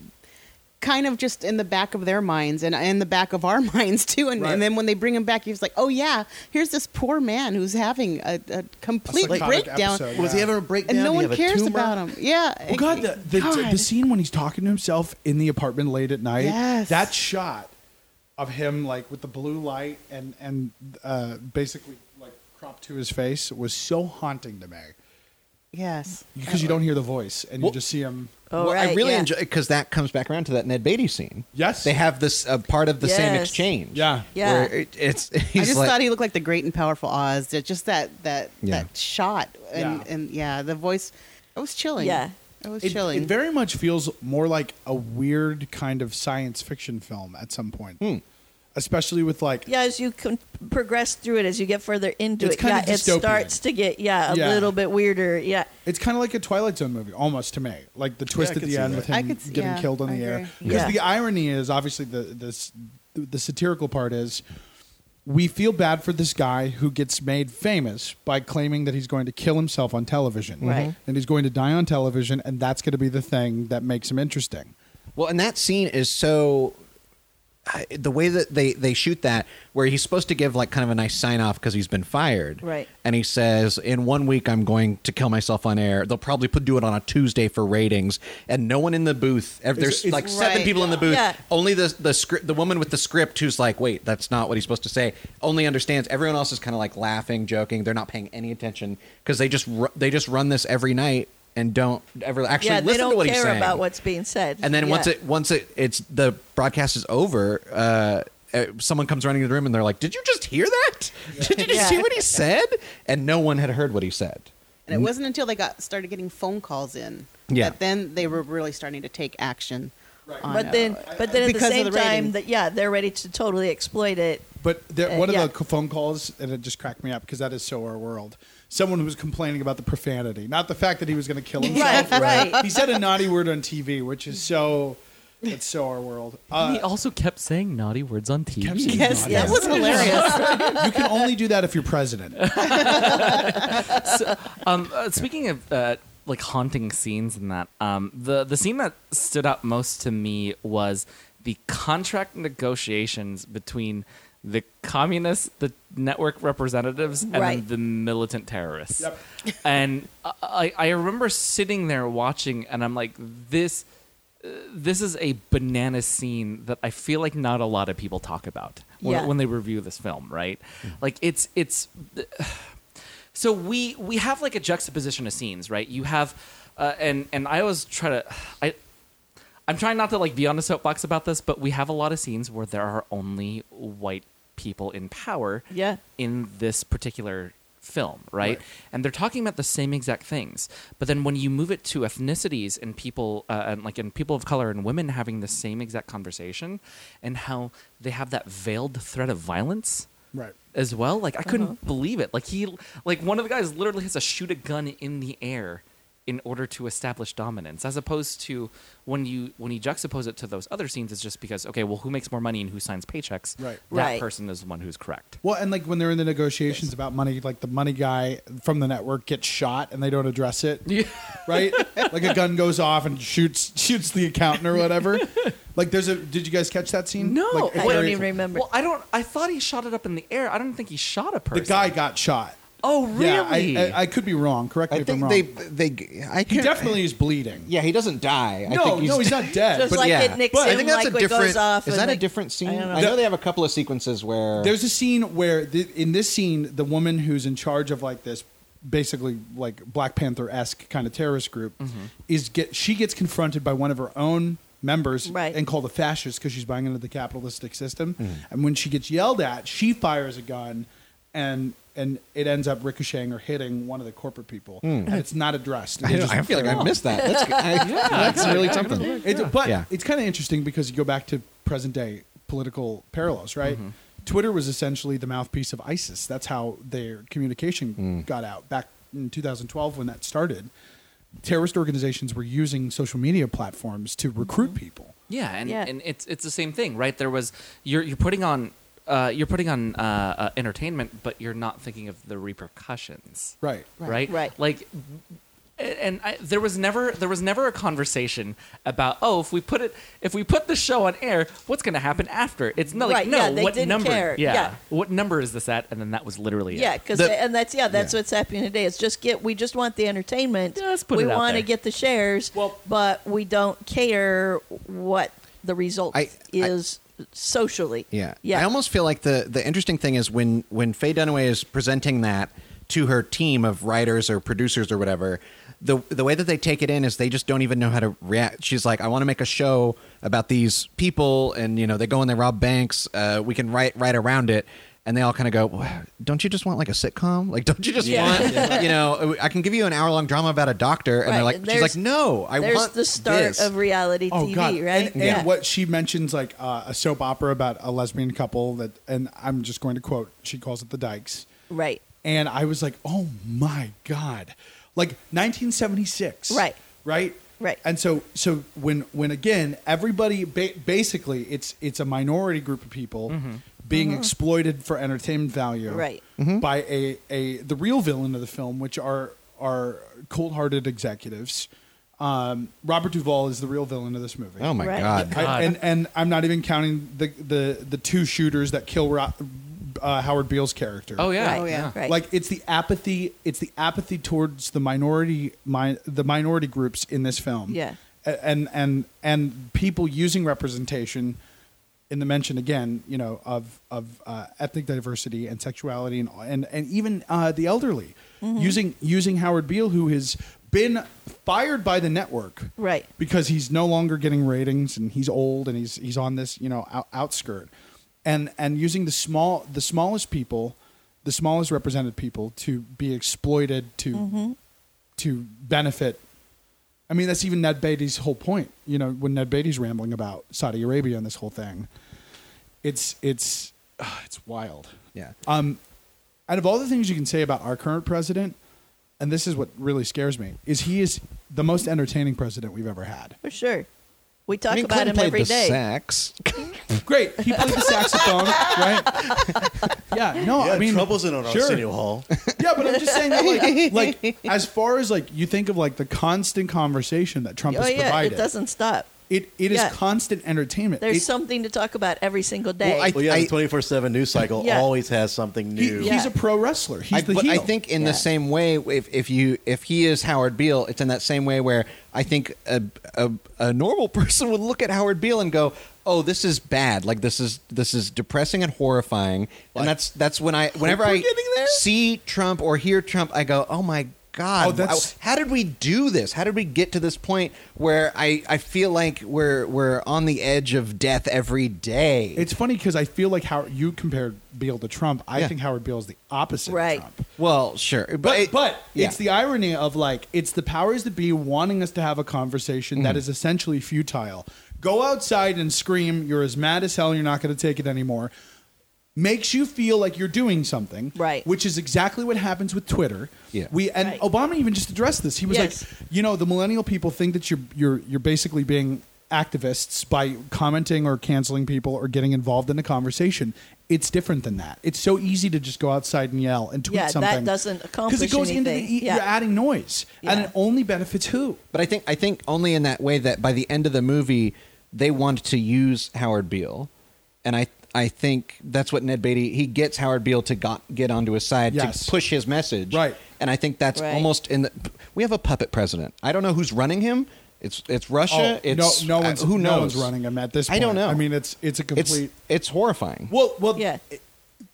[SPEAKER 3] kind of just in the back of their minds and in the back of our [LAUGHS] minds too. And,
[SPEAKER 2] Right.
[SPEAKER 3] and then when they bring him back, he's like, "Oh yeah, here's this poor man who's having a, a complete
[SPEAKER 2] psychotic
[SPEAKER 3] breakdown,
[SPEAKER 2] episode.
[SPEAKER 6] Was he ever a breakdown?
[SPEAKER 3] and no
[SPEAKER 6] Did he
[SPEAKER 3] one
[SPEAKER 6] have a
[SPEAKER 3] cares
[SPEAKER 6] tumor?
[SPEAKER 3] about him." Yeah.
[SPEAKER 2] Well, God, the, the,
[SPEAKER 3] God.
[SPEAKER 2] the scene when he's talking to himself in the apartment late at night,
[SPEAKER 3] Yes.
[SPEAKER 2] that shot of him like with the blue light and and uh, basically like cropped to his face was so haunting to me
[SPEAKER 3] Yes.
[SPEAKER 2] because you don't hear the voice and you
[SPEAKER 4] Well-
[SPEAKER 2] just see him.
[SPEAKER 5] Oh,
[SPEAKER 4] well, I
[SPEAKER 5] right,
[SPEAKER 4] really
[SPEAKER 5] yeah.
[SPEAKER 4] enjoy because that comes back around to that Ned Beatty scene.
[SPEAKER 2] Yes.
[SPEAKER 4] they have this uh, part of the same
[SPEAKER 5] Yes.
[SPEAKER 4] exchange.
[SPEAKER 2] Yeah.
[SPEAKER 5] Yeah.
[SPEAKER 4] where it, it's. [LAUGHS] He's
[SPEAKER 3] I just
[SPEAKER 4] like,
[SPEAKER 3] thought he looked like the great and powerful Oz. That- Just that that
[SPEAKER 4] Yeah.
[SPEAKER 3] that shot and
[SPEAKER 2] Yeah.
[SPEAKER 3] and yeah, the voice. It was chilling.
[SPEAKER 5] Yeah.
[SPEAKER 3] It was
[SPEAKER 2] It,
[SPEAKER 3] chilling.
[SPEAKER 2] it very much feels more like a weird kind of science fiction film at some point, especially with like
[SPEAKER 5] yeah, as you con- progress through it, as you get further into
[SPEAKER 2] It's
[SPEAKER 5] it,
[SPEAKER 2] kind
[SPEAKER 5] yeah,
[SPEAKER 2] of
[SPEAKER 5] it
[SPEAKER 2] dystopian.
[SPEAKER 5] starts to get yeah a
[SPEAKER 2] Yeah.
[SPEAKER 5] little bit weirder. Yeah,
[SPEAKER 2] It's kind of like a Twilight Zone movie, almost to me. Like the twist
[SPEAKER 6] I
[SPEAKER 2] at
[SPEAKER 6] could
[SPEAKER 2] the
[SPEAKER 6] see
[SPEAKER 2] end
[SPEAKER 6] that.
[SPEAKER 2] with him
[SPEAKER 3] I could see-
[SPEAKER 2] getting
[SPEAKER 3] yeah,
[SPEAKER 2] killed on
[SPEAKER 3] I
[SPEAKER 2] the air.
[SPEAKER 3] agree.
[SPEAKER 2] Because
[SPEAKER 5] Yeah.
[SPEAKER 2] the irony is, obviously, the, the s- the satirical part is, we feel bad for this guy who gets made famous by claiming that he's going to kill himself on television,
[SPEAKER 5] Right.
[SPEAKER 2] And he's going to die on television, and that's going to be the thing that makes him interesting.
[SPEAKER 4] Well, and that scene is so I- the way that they they shoot that where he's supposed to give like kind of a nice sign off because he's been fired
[SPEAKER 5] Right.
[SPEAKER 4] and he says in one week i'm going to kill myself on air they'll probably put do it on a tuesday for ratings and no one in the booth ev-
[SPEAKER 2] It's-
[SPEAKER 4] there's
[SPEAKER 2] it's-
[SPEAKER 4] like seven
[SPEAKER 5] Right.
[SPEAKER 4] people in the booth
[SPEAKER 5] Yeah.
[SPEAKER 4] only the the script the woman with the script who's like wait that's not what he's supposed to say only understands everyone else is kind of like laughing joking they're not paying any attention because they just ru- they just run this every night and don't ever actually
[SPEAKER 5] yeah, they
[SPEAKER 4] listen to
[SPEAKER 5] don't
[SPEAKER 4] what he's
[SPEAKER 5] care
[SPEAKER 4] saying
[SPEAKER 5] about what's being said.
[SPEAKER 4] and then
[SPEAKER 5] Yeah.
[SPEAKER 4] once it once it it's the broadcast is over, uh, uh, someone comes running into the room and they're like, "Did you just hear that? [LAUGHS] Did you just
[SPEAKER 5] Yeah.
[SPEAKER 4] hear what he said?" And no one had heard what he said.
[SPEAKER 3] And it wasn't until they got started getting phone calls in
[SPEAKER 4] Yeah.
[SPEAKER 3] that then they were really starting to take action. on,
[SPEAKER 5] but then
[SPEAKER 3] uh,
[SPEAKER 5] but then at the
[SPEAKER 3] because of
[SPEAKER 5] same
[SPEAKER 3] the
[SPEAKER 5] time
[SPEAKER 3] rating.
[SPEAKER 5] that yeah they're ready to totally exploit it.
[SPEAKER 2] But there,
[SPEAKER 5] Uh,
[SPEAKER 2] one
[SPEAKER 5] yeah.
[SPEAKER 2] of the c- phone calls, and it just cracked me up because that is so our world. Someone who was complaining about the profanity, not the fact that he was going to kill himself.
[SPEAKER 5] Right, right.
[SPEAKER 2] He said a naughty word on TV, which is so. It's so our world.
[SPEAKER 1] he also kept saying naughty words on TV.
[SPEAKER 2] Kept saying
[SPEAKER 5] Yes,
[SPEAKER 2] naughty [LAUGHS]
[SPEAKER 5] that
[SPEAKER 2] words.
[SPEAKER 5] was hilarious.
[SPEAKER 2] you can only do that if you're
[SPEAKER 5] [LAUGHS]
[SPEAKER 2] president.
[SPEAKER 1] [LAUGHS] um, uh, speaking of uh, like haunting scenes and that, um, the the scene that stood out most to me was the contract negotiations between the communists, the network representatives, and then
[SPEAKER 5] Right.
[SPEAKER 1] the militant terrorists.
[SPEAKER 2] Yep.
[SPEAKER 1] and I- I, I remember sitting there watching, and I'm like, this. uh, This is a banana scene that I feel like not a lot of people talk about when,
[SPEAKER 5] Yeah.
[SPEAKER 1] when they review this film, right? Like it's it's [SIGHS] so we we have like a juxtaposition of scenes right you have uh, and and i always try to i i'm trying not to like be on a soapbox about this but we have a lot of scenes where there are only white people in power
[SPEAKER 5] Yeah.
[SPEAKER 1] in this particular film, right? And they're talking about the same exact things. But then when you move it to ethnicities and people, uh, and like and people of color and women having the same exact conversation, and how they have that veiled threat of violence
[SPEAKER 2] Right.
[SPEAKER 1] as well. Like I couldn't
[SPEAKER 5] Uh-huh.
[SPEAKER 1] believe it. Like he, like one of the guys literally has to shoot a gun in the air in order to establish dominance, as opposed to when you when you juxtapose it to those other scenes, it's just because okay, well, who makes more money and who signs paychecks?
[SPEAKER 2] Right.
[SPEAKER 1] That
[SPEAKER 5] Right.
[SPEAKER 1] person is the one who's correct.
[SPEAKER 2] Well, and like when they're in the negotiations about money, like the money guy from the network gets shot and they don't address it. Right? like a gun goes off and shoots shoots the accountant or whatever. like there's a did you guys catch that scene?
[SPEAKER 1] No,
[SPEAKER 2] Like,
[SPEAKER 5] I
[SPEAKER 2] there
[SPEAKER 5] don't
[SPEAKER 2] is-
[SPEAKER 5] even remember.
[SPEAKER 1] Well, I don't. I thought he shot it up in the air. I don't think he shot a
[SPEAKER 2] The
[SPEAKER 1] person.
[SPEAKER 2] guy got shot.
[SPEAKER 1] Oh, really?
[SPEAKER 2] Yeah, I, I, I could be wrong. Correct me
[SPEAKER 4] I
[SPEAKER 2] if I'm
[SPEAKER 4] think
[SPEAKER 2] wrong.
[SPEAKER 4] they they I
[SPEAKER 2] he
[SPEAKER 4] can't,
[SPEAKER 2] definitely is bleeding.
[SPEAKER 4] yeah he doesn't die. I
[SPEAKER 2] no,
[SPEAKER 4] think he's,
[SPEAKER 2] no, he's
[SPEAKER 4] [LAUGHS]
[SPEAKER 2] [LAUGHS] not dead.
[SPEAKER 5] Just
[SPEAKER 2] but
[SPEAKER 5] like
[SPEAKER 4] yeah.
[SPEAKER 5] it nicks
[SPEAKER 4] I
[SPEAKER 5] him,
[SPEAKER 4] think that's
[SPEAKER 5] like
[SPEAKER 4] a
[SPEAKER 5] it goes
[SPEAKER 4] different.
[SPEAKER 5] off
[SPEAKER 4] is
[SPEAKER 5] and
[SPEAKER 4] that a
[SPEAKER 5] like-
[SPEAKER 4] different scene?
[SPEAKER 5] I don't know.
[SPEAKER 4] I know they have a couple of sequences where
[SPEAKER 2] There's a scene where the, in this scene, the woman who's in charge of like this, basically like Black Panther esque kind of terrorist group,
[SPEAKER 4] Mm-hmm.
[SPEAKER 2] is get she gets confronted by one of her own members
[SPEAKER 5] Right.
[SPEAKER 2] and called a fascist because she's buying into the capitalistic system.
[SPEAKER 4] Mm-hmm.
[SPEAKER 2] And when she gets yelled at, she fires a gun, and and it ends up ricocheting or hitting one of the corporate people, and it's not addressed.
[SPEAKER 4] Hmm. I,
[SPEAKER 2] They
[SPEAKER 4] don't-
[SPEAKER 2] just
[SPEAKER 4] I feel like I missed
[SPEAKER 5] [LAUGHS]
[SPEAKER 4] that. That's, I, that's really something.
[SPEAKER 2] it, but
[SPEAKER 4] Yeah.
[SPEAKER 2] it's kind of interesting because you go back to present day political parallels, right? Twitter was essentially the mouthpiece of ISIS. That's how their communication got out back in 2012 when that started. Terrorist organizations were using social media platforms to recruit people.
[SPEAKER 1] Yeah, and,
[SPEAKER 5] Yeah.
[SPEAKER 1] and it's it's the same thing, right? There was you're you're putting on uh, you're putting on uh, uh, entertainment, but you're not thinking of the repercussions,
[SPEAKER 2] Right.
[SPEAKER 1] right?
[SPEAKER 5] Right.
[SPEAKER 1] Like, and- and I, there was never there was never a conversation about oh if we put it if we put the show on air, what's going to happen after? It's not like
[SPEAKER 5] Right,
[SPEAKER 1] no,
[SPEAKER 5] yeah, they
[SPEAKER 1] what
[SPEAKER 5] didn't
[SPEAKER 1] number?
[SPEAKER 5] care.
[SPEAKER 1] Yeah.
[SPEAKER 5] Yeah.
[SPEAKER 1] what number is this at? And then that was literally
[SPEAKER 5] Yeah,
[SPEAKER 1] it.
[SPEAKER 5] because
[SPEAKER 4] The-
[SPEAKER 5] and that's yeah, that's
[SPEAKER 4] yeah.
[SPEAKER 5] what's happening today. It's just get we just want the entertainment.
[SPEAKER 1] Yeah, let's put
[SPEAKER 5] we
[SPEAKER 1] it out
[SPEAKER 5] want
[SPEAKER 1] there.
[SPEAKER 5] to get the shares,
[SPEAKER 1] Well-
[SPEAKER 5] but we don't care what the result
[SPEAKER 4] I- I-
[SPEAKER 5] is socially.
[SPEAKER 4] Yeah.
[SPEAKER 5] yeah.
[SPEAKER 4] I almost feel like the the interesting thing is when when Faye Dunaway is presenting that to her team of writers or producers or whatever, the the way that they take it in is they just don't even know how to react. She's like, I want to make a show about these people, and you know they go and they rob banks. Uh, we can write right around it. And they all kind of go, "Well, don't you just want like a sitcom? Like, don't you just
[SPEAKER 5] [LAUGHS]
[SPEAKER 4] want, you know, I can give you an hour long drama about a doctor. And
[SPEAKER 5] Right,
[SPEAKER 4] they're like,
[SPEAKER 5] and
[SPEAKER 4] she's
[SPEAKER 5] there's-
[SPEAKER 4] like, no, I
[SPEAKER 5] there's
[SPEAKER 4] want
[SPEAKER 5] the start
[SPEAKER 4] this."
[SPEAKER 5] of reality
[SPEAKER 2] Oh
[SPEAKER 5] TV,
[SPEAKER 2] God!
[SPEAKER 5] right?
[SPEAKER 2] And, and
[SPEAKER 5] yeah.
[SPEAKER 2] what she mentions, like uh, a soap opera about a lesbian couple that, and I'm just going to quote. She calls it the Dykes.
[SPEAKER 5] right.
[SPEAKER 2] and I was like, "Oh my god!" Like 1976,
[SPEAKER 5] Right.
[SPEAKER 2] Right,
[SPEAKER 5] Right.
[SPEAKER 2] And so, so when when again, everybody ba- basically it's it's a minority group of people
[SPEAKER 4] Mm-hmm.
[SPEAKER 2] being exploited for entertainment value,
[SPEAKER 5] Mm-hmm. Right.
[SPEAKER 4] Mm-hmm.
[SPEAKER 2] By a a the real villain of the film, which are are cold hearted executives. Um, Robert Duvall is the real villain of this movie.
[SPEAKER 4] oh my
[SPEAKER 5] Right.
[SPEAKER 4] God.
[SPEAKER 2] I, and and I'm not even counting the the the two shooters that kill Ro- uh, Howard Beale's character.
[SPEAKER 1] Oh yeah.
[SPEAKER 5] Right.
[SPEAKER 1] yeah.
[SPEAKER 5] Right.
[SPEAKER 2] Like it's the apathy. It's the apathy towards the minority, mi- the minority groups in this film.
[SPEAKER 5] Yeah.
[SPEAKER 2] A- And and and people using representation in the mention again, you know, of of uh, ethnic diversity and sexuality and and and even uh, the elderly using using Howard Beale, who has been fired by the network,
[SPEAKER 5] Right.
[SPEAKER 2] because he's no longer getting ratings and he's old and he's he's on this you know out, outskirt and and using the small the smallest people the smallest represented people to be exploited to to benefit i mean that's even ned beatty's whole point you know when ned beatty's rambling about saudi arabia and this whole thing it's it's ah, it's wild
[SPEAKER 4] Yeah.
[SPEAKER 2] um, out of all the things you can say about our current president, and this is what really scares me, is he is the most entertaining president we've ever had.
[SPEAKER 5] For sure. We talk
[SPEAKER 4] I mean,
[SPEAKER 5] about
[SPEAKER 4] Clinton
[SPEAKER 5] him
[SPEAKER 4] played
[SPEAKER 5] every
[SPEAKER 4] the
[SPEAKER 5] day.
[SPEAKER 4] sax.
[SPEAKER 2] Great, he played the saxophone, [LAUGHS] right? Yeah, no,
[SPEAKER 6] Yeah,
[SPEAKER 2] I mean,
[SPEAKER 6] trouble's in on Arsenio Hall.
[SPEAKER 2] Yeah, but I'm just saying that,
[SPEAKER 5] [LAUGHS]
[SPEAKER 2] like, like, as far as like you think of like the constant conversation that Trump
[SPEAKER 5] Oh
[SPEAKER 2] has
[SPEAKER 5] yeah,
[SPEAKER 2] provided,
[SPEAKER 5] it doesn't stop.
[SPEAKER 2] It it is
[SPEAKER 5] yeah.
[SPEAKER 2] constant entertainment.
[SPEAKER 5] There's
[SPEAKER 2] It-
[SPEAKER 5] something to talk about every single day.
[SPEAKER 4] Well, I-
[SPEAKER 6] Well, yeah, the twenty four seven news cycle
[SPEAKER 5] Yeah.
[SPEAKER 6] always has something
[SPEAKER 2] he-
[SPEAKER 6] new.
[SPEAKER 2] He's
[SPEAKER 5] Yeah.
[SPEAKER 2] a pro wrestler. He's
[SPEAKER 4] I,
[SPEAKER 2] the
[SPEAKER 4] but
[SPEAKER 2] heel.
[SPEAKER 4] I think in
[SPEAKER 5] Yeah.
[SPEAKER 4] the same way, if, if you if he is Howard Beale, it's in that same way where I think a, a a normal [LAUGHS] person would look at Howard Beale and go, "Oh, this is bad. Like this is this is depressing and horrifying." And that's that's when I whenever
[SPEAKER 2] we're
[SPEAKER 4] I
[SPEAKER 2] getting there.
[SPEAKER 4] see Trump or hear Trump, I go, "Oh my God,
[SPEAKER 2] Oh, that's-
[SPEAKER 4] wow. how did we do this? How did we get to this point where I, I feel like we're we're on the edge of death every day?
[SPEAKER 2] It's funny because I feel like how you compared Beal to Trump. I
[SPEAKER 4] Yeah.
[SPEAKER 2] think Howard Beal is the opposite
[SPEAKER 5] Right.
[SPEAKER 2] of Trump.
[SPEAKER 4] well, sure, but
[SPEAKER 2] But
[SPEAKER 4] it-
[SPEAKER 2] but
[SPEAKER 4] yeah.
[SPEAKER 2] it's the irony of like it's the powers that be wanting us to have a conversation
[SPEAKER 4] Mm.
[SPEAKER 2] that is essentially futile. Go outside and scream. You're as mad as hell. You're not going to take it anymore. Makes you feel like you're doing something,
[SPEAKER 5] Right.
[SPEAKER 2] Which is exactly what happens with Twitter.
[SPEAKER 4] Yeah.
[SPEAKER 2] We and
[SPEAKER 5] Right.
[SPEAKER 2] Obama even just addressed this. He was
[SPEAKER 5] Yes.
[SPEAKER 2] like, you know, the millennial people think that you're you're you're basically being activists by commenting or canceling people or getting involved in a conversation. It's different than that. It's so easy to just go outside and yell and tweet
[SPEAKER 5] Yeah, that
[SPEAKER 2] something.
[SPEAKER 5] doesn't
[SPEAKER 2] because it
[SPEAKER 5] accomplish
[SPEAKER 2] goes into
[SPEAKER 5] anything.
[SPEAKER 2] the, e,
[SPEAKER 5] Yeah.
[SPEAKER 2] you're adding noise, and
[SPEAKER 5] Yeah.
[SPEAKER 2] it only benefits who?
[SPEAKER 4] But I think I think only in that way that by the end of the movie they want to use Howard Beale, and I I think that's what Ned Beatty he gets Howard Beale to got, get onto his side
[SPEAKER 2] Yes.
[SPEAKER 4] to push his message,
[SPEAKER 2] Right.
[SPEAKER 4] And I think that's
[SPEAKER 5] Right.
[SPEAKER 4] almost in the we have a puppet president. I don't know who's running him. It's it's Russia.
[SPEAKER 2] Oh,
[SPEAKER 4] it's
[SPEAKER 2] no, no
[SPEAKER 4] uh,
[SPEAKER 2] one's
[SPEAKER 4] who knows
[SPEAKER 2] no one's running him at this.
[SPEAKER 4] I
[SPEAKER 2] Point.
[SPEAKER 4] don't know.
[SPEAKER 2] I mean, it's it's a
[SPEAKER 4] It's
[SPEAKER 2] complete.
[SPEAKER 4] it's horrifying.
[SPEAKER 2] well, well,
[SPEAKER 5] Yeah.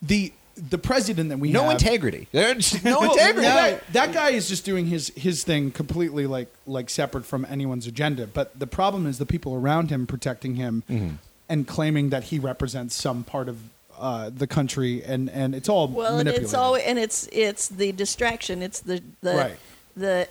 [SPEAKER 2] the the president that we
[SPEAKER 4] no
[SPEAKER 2] have,
[SPEAKER 4] integrity. There's
[SPEAKER 2] [LAUGHS]
[SPEAKER 4] [LAUGHS] no,
[SPEAKER 2] No,
[SPEAKER 4] integrity.
[SPEAKER 2] no, that guy is just doing his his thing completely like like separate from anyone's agenda. But the problem is the people around him protecting him
[SPEAKER 4] Mm-hmm.
[SPEAKER 2] and claiming that he represents some part of uh, the country, and and it's all
[SPEAKER 5] Well, and it's
[SPEAKER 2] manipulated.
[SPEAKER 5] always and it's it's the distraction. It's the the
[SPEAKER 2] Right.
[SPEAKER 5] the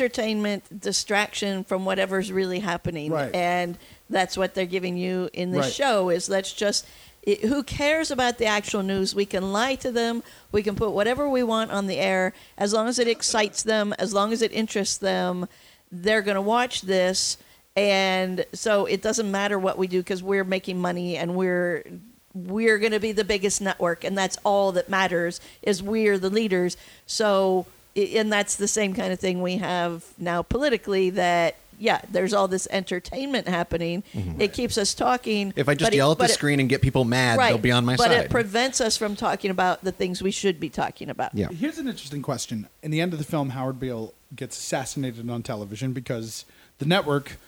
[SPEAKER 5] entertainment distraction from whatever's really happening,
[SPEAKER 2] Right.
[SPEAKER 5] and that's what they're giving you in this
[SPEAKER 2] Right.
[SPEAKER 5] show. Is let's just it, who cares about the actual news? We can lie to them. We can put whatever we want on the air as long as it excites them, as long as it interests them. They're going to watch this. And so it doesn't matter what we do because we're making money and we're we're going to be the biggest network and that's all that matters is we're the leaders so i- and that's the same kind of thing we have now politically that yeah there's all this entertainment happening it keeps us talking
[SPEAKER 4] Mm-hmm. If I just
[SPEAKER 5] but it-
[SPEAKER 4] yell at the
[SPEAKER 5] but it-
[SPEAKER 4] screen and get people mad,
[SPEAKER 5] right,
[SPEAKER 4] they'll be on my
[SPEAKER 5] but
[SPEAKER 4] side.
[SPEAKER 5] it prevents us from talking about the things we should be talking about
[SPEAKER 4] yeah.
[SPEAKER 2] Here's an interesting question. In the end of the film, Howard Beale gets assassinated on television because the network,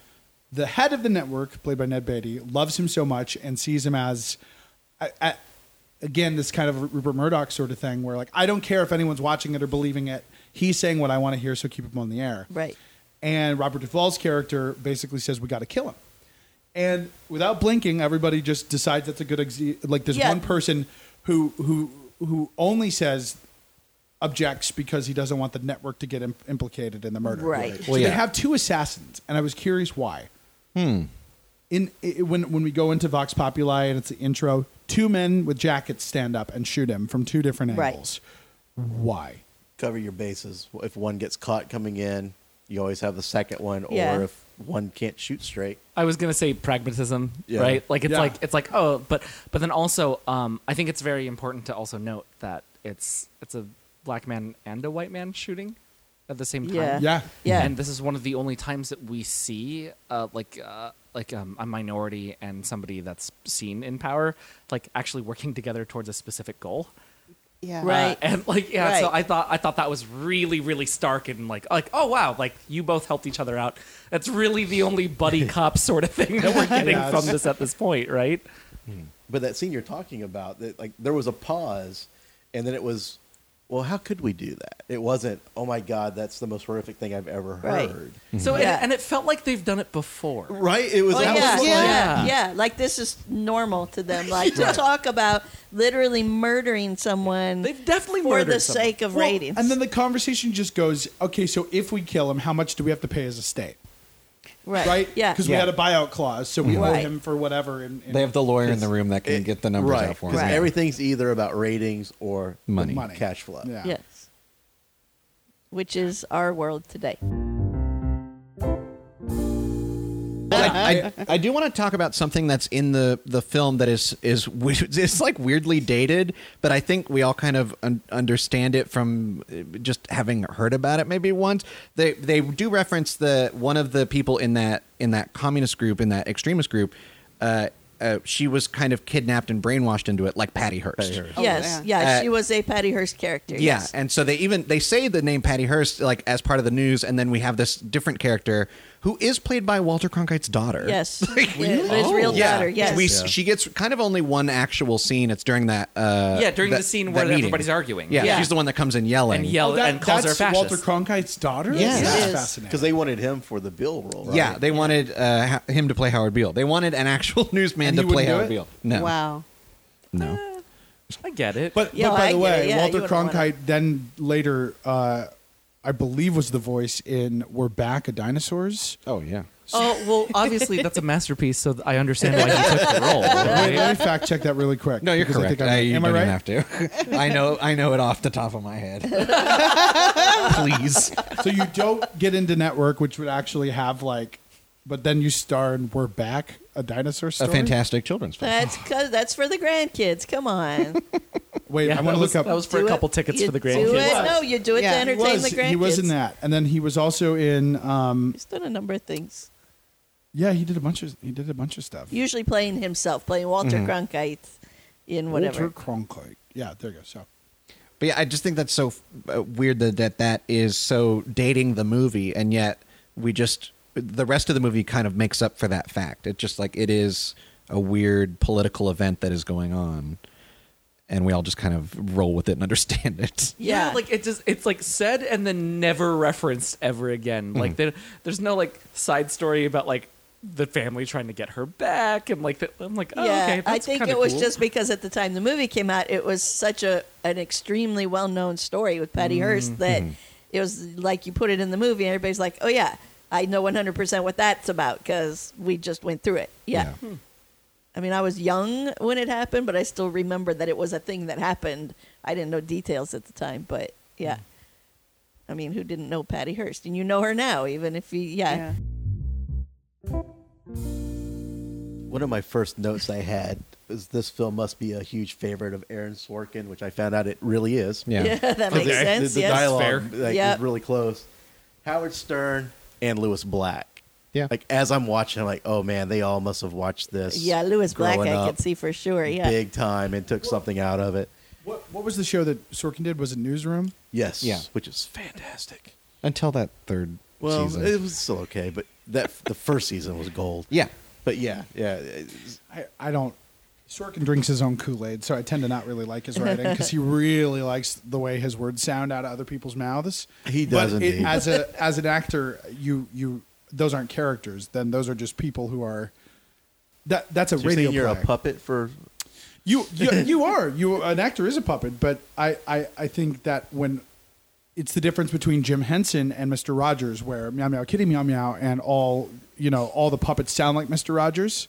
[SPEAKER 2] the head of the network, played by Ned Beatty, loves him so much and sees him as, I, I, again, this kind of Rupert Murdoch sort of thing where, like, I don't care if anyone's watching it or believing it. He's saying what I want to hear, so keep him on the air.
[SPEAKER 5] Right.
[SPEAKER 2] And Robert Duvall's character basically says, We got to kill him. And without blinking, everybody just decides that's a good ex- like. There's
[SPEAKER 5] Yeah.
[SPEAKER 2] one person who who who only says objects because he doesn't want the network to get Im- implicated in the murder.
[SPEAKER 5] Right.
[SPEAKER 2] So
[SPEAKER 4] Well,
[SPEAKER 2] they
[SPEAKER 4] yeah.
[SPEAKER 2] have two assassins, and I was curious why. Hmm. In i when when we go into Vox Populi and it's the intro, two men with jackets stand up and shoot him from two different
[SPEAKER 5] Right.
[SPEAKER 2] angles. Why?
[SPEAKER 6] cover your bases. If one gets caught coming in, you always have the second one,
[SPEAKER 5] Yeah.
[SPEAKER 6] or if one can't shoot straight.
[SPEAKER 1] I was gonna say pragmatism,
[SPEAKER 6] Yeah.
[SPEAKER 1] right? Like it's
[SPEAKER 2] Yeah.
[SPEAKER 1] like it's like oh, but but then also, um, I think it's very important to also note that it's it's a black man and a white man shooting at the same time.
[SPEAKER 5] Yeah.
[SPEAKER 2] Yeah.
[SPEAKER 5] Yeah.
[SPEAKER 1] And this is one of the only times that we see uh, like uh, like um, a minority and somebody that's seen in power like actually working [LAUGHS] together towards a specific goal.
[SPEAKER 3] Yeah.
[SPEAKER 1] Uh,
[SPEAKER 5] Right.
[SPEAKER 1] and like yeah, so
[SPEAKER 5] Right.
[SPEAKER 1] I thought I thought that was really really stark and like like oh wow, like you both helped each other out. That's really the only
[SPEAKER 4] [LAUGHS]
[SPEAKER 1] buddy cop sort of thing that
[SPEAKER 5] [LAUGHS]
[SPEAKER 1] we're getting
[SPEAKER 2] Yes.
[SPEAKER 1] from this at this point, right?
[SPEAKER 4] Mm-hmm.
[SPEAKER 6] But that scene you're talking about, that like there was a pause, and then it was, well, how could we do that? It wasn't, oh my God, that's the most horrific thing I've ever
[SPEAKER 5] Right.
[SPEAKER 6] heard.
[SPEAKER 1] So and-
[SPEAKER 5] Yeah.
[SPEAKER 1] and, it felt like they've done it before.
[SPEAKER 6] Right? It was
[SPEAKER 5] Oh,
[SPEAKER 6] that was
[SPEAKER 5] yeah,
[SPEAKER 6] like-
[SPEAKER 5] yeah,
[SPEAKER 1] Yeah.
[SPEAKER 5] yeah. Like this is normal to
[SPEAKER 4] [LAUGHS]
[SPEAKER 5] them. Like to talk about literally murdering someone
[SPEAKER 1] They've definitely
[SPEAKER 5] for the
[SPEAKER 1] murdered someone.
[SPEAKER 5] sake of
[SPEAKER 2] Well,
[SPEAKER 5] ratings.
[SPEAKER 2] And then the conversation just goes, okay, so if we kill him, how much do we have to pay as a state?
[SPEAKER 5] right,
[SPEAKER 2] right?
[SPEAKER 5] Yeah,
[SPEAKER 2] Because we had a buyout clause, so we owe
[SPEAKER 5] Right.
[SPEAKER 2] him for whatever. And, and
[SPEAKER 4] They have the lawyer in the room that can
[SPEAKER 6] It-
[SPEAKER 4] get the numbers
[SPEAKER 6] right,
[SPEAKER 4] out for
[SPEAKER 6] 'cause
[SPEAKER 4] him.
[SPEAKER 5] Right.
[SPEAKER 6] Everything's either about ratings or the
[SPEAKER 4] Money.
[SPEAKER 2] Money.
[SPEAKER 6] cash flow.
[SPEAKER 2] yeah.
[SPEAKER 5] Yes. Which is our world today.
[SPEAKER 4] Well, I, I, I do want to talk about something that's in the, the film that is is [LAUGHS] weird- it's like weirdly dated, but I think we all kind of un- understand it from uh, just having heard about it maybe once. They they do reference the one of the people in that in that communist group in that extremist group. Uh, uh, she was kind of kidnapped and brainwashed into it, like Patty Hearst.
[SPEAKER 6] Patty Hearst.
[SPEAKER 5] yes,
[SPEAKER 3] yeah.
[SPEAKER 5] yeah,
[SPEAKER 4] Uh,
[SPEAKER 5] she was a Patty Hearst character.
[SPEAKER 4] Yeah,
[SPEAKER 5] yes.
[SPEAKER 4] and so they even they say the name Patty Hearst like as part of the news, and then we have this different character who is played by Walter Cronkite's daughter. [LAUGHS]
[SPEAKER 5] Yes. Yeah, His real daughter. Yes.
[SPEAKER 4] Oh, We, She gets kind of only one actual scene. It's during that. Uh,
[SPEAKER 1] Yeah, during
[SPEAKER 4] that-
[SPEAKER 1] the scene
[SPEAKER 4] that
[SPEAKER 1] where
[SPEAKER 4] meeting.
[SPEAKER 1] everybody's arguing.
[SPEAKER 4] Yeah,
[SPEAKER 1] Yeah.
[SPEAKER 4] she's the one that comes in yelling.
[SPEAKER 1] and yell
[SPEAKER 2] Oh, that-
[SPEAKER 1] and calls her
[SPEAKER 2] that's
[SPEAKER 1] fascist.
[SPEAKER 2] Walter Cronkite's daughter.
[SPEAKER 4] Yes.
[SPEAKER 2] that's
[SPEAKER 5] It is.
[SPEAKER 2] fascinating.
[SPEAKER 6] because they wanted him for the Bill role. right?
[SPEAKER 4] Yeah, they wanted uh, ha- him to play Howard Beale. They wanted an actual [LAUGHS] newsman
[SPEAKER 2] And
[SPEAKER 4] to
[SPEAKER 2] he
[SPEAKER 4] play
[SPEAKER 2] wouldn't do it?
[SPEAKER 4] Howard Beale. No,
[SPEAKER 3] Wow.
[SPEAKER 2] [LAUGHS]
[SPEAKER 4] no.
[SPEAKER 1] I get it.
[SPEAKER 2] But,
[SPEAKER 5] Yeah,
[SPEAKER 2] but by
[SPEAKER 5] I
[SPEAKER 2] the
[SPEAKER 5] get
[SPEAKER 2] way,
[SPEAKER 5] it. Yeah,
[SPEAKER 2] Walter
[SPEAKER 5] you wouldn't wanna-
[SPEAKER 2] Cronkite then later, uh, I believe, was the voice in "We're Back" a
[SPEAKER 5] [LAUGHS]
[SPEAKER 2] dinosaurs.
[SPEAKER 4] Oh yeah.
[SPEAKER 1] oh well, obviously that's a
[SPEAKER 4] [LAUGHS]
[SPEAKER 1] masterpiece, so I understand why
[SPEAKER 5] [LAUGHS]
[SPEAKER 1] he took the role.
[SPEAKER 2] Wait, let
[SPEAKER 1] right?
[SPEAKER 2] me fact check that really quick.
[SPEAKER 4] No, you're
[SPEAKER 2] because
[SPEAKER 4] correct.
[SPEAKER 2] I think
[SPEAKER 4] I,
[SPEAKER 2] I'm,
[SPEAKER 4] you
[SPEAKER 2] am
[SPEAKER 4] don't
[SPEAKER 2] I
[SPEAKER 4] even
[SPEAKER 2] right?
[SPEAKER 4] have to. [LAUGHS] I know. I know it off the top of
[SPEAKER 2] [LAUGHS]
[SPEAKER 4] my head. Please.
[SPEAKER 2] so you don't get into network, which would actually have like, but then you star in "We're Back," a dinosaur
[SPEAKER 4] A
[SPEAKER 2] story.
[SPEAKER 4] fantastic children's film.
[SPEAKER 5] That's 'cause- that's for the grandkids. Come on.
[SPEAKER 2] Wait,
[SPEAKER 1] Yeah,
[SPEAKER 2] I want
[SPEAKER 1] that
[SPEAKER 2] to
[SPEAKER 1] was-
[SPEAKER 2] look up.
[SPEAKER 1] that was for
[SPEAKER 5] Do
[SPEAKER 1] a
[SPEAKER 5] it-
[SPEAKER 1] couple tickets
[SPEAKER 5] you
[SPEAKER 1] for the
[SPEAKER 5] do
[SPEAKER 1] grandkids.
[SPEAKER 5] it- No, you do it
[SPEAKER 3] Yeah.
[SPEAKER 5] to
[SPEAKER 3] He
[SPEAKER 2] he
[SPEAKER 5] entertain
[SPEAKER 2] was,
[SPEAKER 5] the grandkids.
[SPEAKER 2] he was in that, and then he was also in. Um,
[SPEAKER 5] He's done a number of things.
[SPEAKER 2] yeah, he did a bunch of he did a bunch of stuff.
[SPEAKER 5] Usually playing himself, playing Walter
[SPEAKER 4] Mm-hmm.
[SPEAKER 5] Cronkite in whatever.
[SPEAKER 2] Walter Cronkite. Yeah, there you go. So
[SPEAKER 4] But yeah, I just think that's so uh, weird that, that that is so dating the movie, and yet we just the rest of the movie kind of makes up for that fact. It just like it is a weird political event that is going on, and we all just kind of roll with it and [LAUGHS] understand it.
[SPEAKER 1] Yeah,
[SPEAKER 5] Yeah.
[SPEAKER 1] like it just it's like said and then never referenced ever again. Like there, there's no like side story about like the family trying to get her back and like that. I'm like, oh,
[SPEAKER 5] yeah,
[SPEAKER 1] okay, that's
[SPEAKER 5] I think
[SPEAKER 1] kinda
[SPEAKER 5] it was
[SPEAKER 1] cool.
[SPEAKER 5] just because at the time the movie came out, it was such a an extremely well known story with Patty Hearst that it was like you put it in the movie, and everybody's like, "Oh yeah, I know 100 percent what that's about because we just went through it." Yeah. I mean, I was young when it happened, but I still remember that it was a thing that happened. I didn't know details at the time, but yeah. I mean, who didn't know Patty Hearst? And you know her now, even if you, yeah.
[SPEAKER 3] Yeah.
[SPEAKER 6] One of my first notes I had is this film must be a huge favorite of Aaron Sorkin, which I found out it really is.
[SPEAKER 4] Yeah.
[SPEAKER 5] [LAUGHS] that
[SPEAKER 6] Because
[SPEAKER 5] makes
[SPEAKER 6] the,
[SPEAKER 5] sense.
[SPEAKER 6] The, the
[SPEAKER 5] yes.
[SPEAKER 6] dialogue like,
[SPEAKER 5] Yep.
[SPEAKER 6] was really close. Howard Stern and Lewis Black.
[SPEAKER 4] Yeah.
[SPEAKER 6] Like as I'm watching, I'm like, oh man, they all must have watched this.
[SPEAKER 5] Yeah, Lewis Black,
[SPEAKER 6] growing
[SPEAKER 5] I
[SPEAKER 6] up
[SPEAKER 5] could see for sure. Yeah.
[SPEAKER 6] big time and took something out of it.
[SPEAKER 2] what what was the show that Sorkin did? Was it Newsroom?
[SPEAKER 6] Yes.
[SPEAKER 4] Yeah.
[SPEAKER 6] Which is fantastic.
[SPEAKER 4] Until that third
[SPEAKER 6] Well,
[SPEAKER 4] season.
[SPEAKER 6] it was still okay, but that the first season was gold.
[SPEAKER 4] yeah.
[SPEAKER 6] But yeah, yeah. it's-
[SPEAKER 2] I, I don't. Sorkin drinks his own Kool Aid, so I tend to not really like his writing because
[SPEAKER 1] [LAUGHS]
[SPEAKER 2] he really likes the way his words sound out of other people's mouths.
[SPEAKER 6] He
[SPEAKER 2] But
[SPEAKER 6] does
[SPEAKER 2] it-
[SPEAKER 6] indeed.
[SPEAKER 2] as a
[SPEAKER 6] [LAUGHS]
[SPEAKER 2] as an actor, you you those aren't characters. Then those are just people who are. That that's a
[SPEAKER 6] so you're
[SPEAKER 2] radio.
[SPEAKER 6] saying you're
[SPEAKER 2] play.
[SPEAKER 6] a puppet for
[SPEAKER 2] You you, you are you an actor is a puppet, but I, I I think that when it's the difference between Jim Henson and Mister Rogers, where meow meow kitty meow meow and all you know all the puppets sound like Mister Rogers,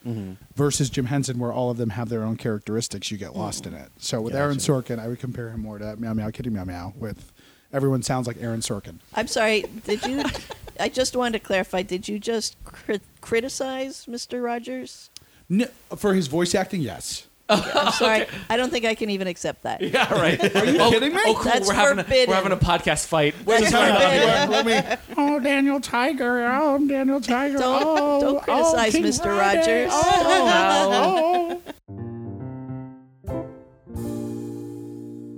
[SPEAKER 2] versus Jim Henson, where all of them have their own characteristics. You get lost in it. So with Aaron Sorkin, I would compare him more to meow meow kitty meow meow. With everyone sounds like Aaron Sorkin.
[SPEAKER 5] I'm sorry. Did you? I just wanted to clarify. Did you just cri- criticize Mr.
[SPEAKER 6] [LAUGHS]
[SPEAKER 5] Rogers?
[SPEAKER 2] No, for his voice acting, yes.
[SPEAKER 5] I'm sorry. I don't think I can even accept
[SPEAKER 1] [LAUGHS]
[SPEAKER 5] that.
[SPEAKER 1] Yeah, right. Are you [LAUGHS] oh,
[SPEAKER 2] kidding me?
[SPEAKER 1] Oh, cool.
[SPEAKER 5] That's
[SPEAKER 1] we're having a,
[SPEAKER 5] forbidden.
[SPEAKER 1] we're having a podcast fight.
[SPEAKER 5] [LAUGHS] That's forbidden.
[SPEAKER 2] Let me- [LAUGHS] oh, Daniel Tiger! Oh,
[SPEAKER 5] [LAUGHS]
[SPEAKER 2] Daniel Tiger!
[SPEAKER 5] Don't-
[SPEAKER 2] oh,
[SPEAKER 5] don't
[SPEAKER 2] oh,
[SPEAKER 5] criticize
[SPEAKER 2] King
[SPEAKER 5] Mr.
[SPEAKER 2] Friday.
[SPEAKER 5] Rogers.
[SPEAKER 2] Oh, oh,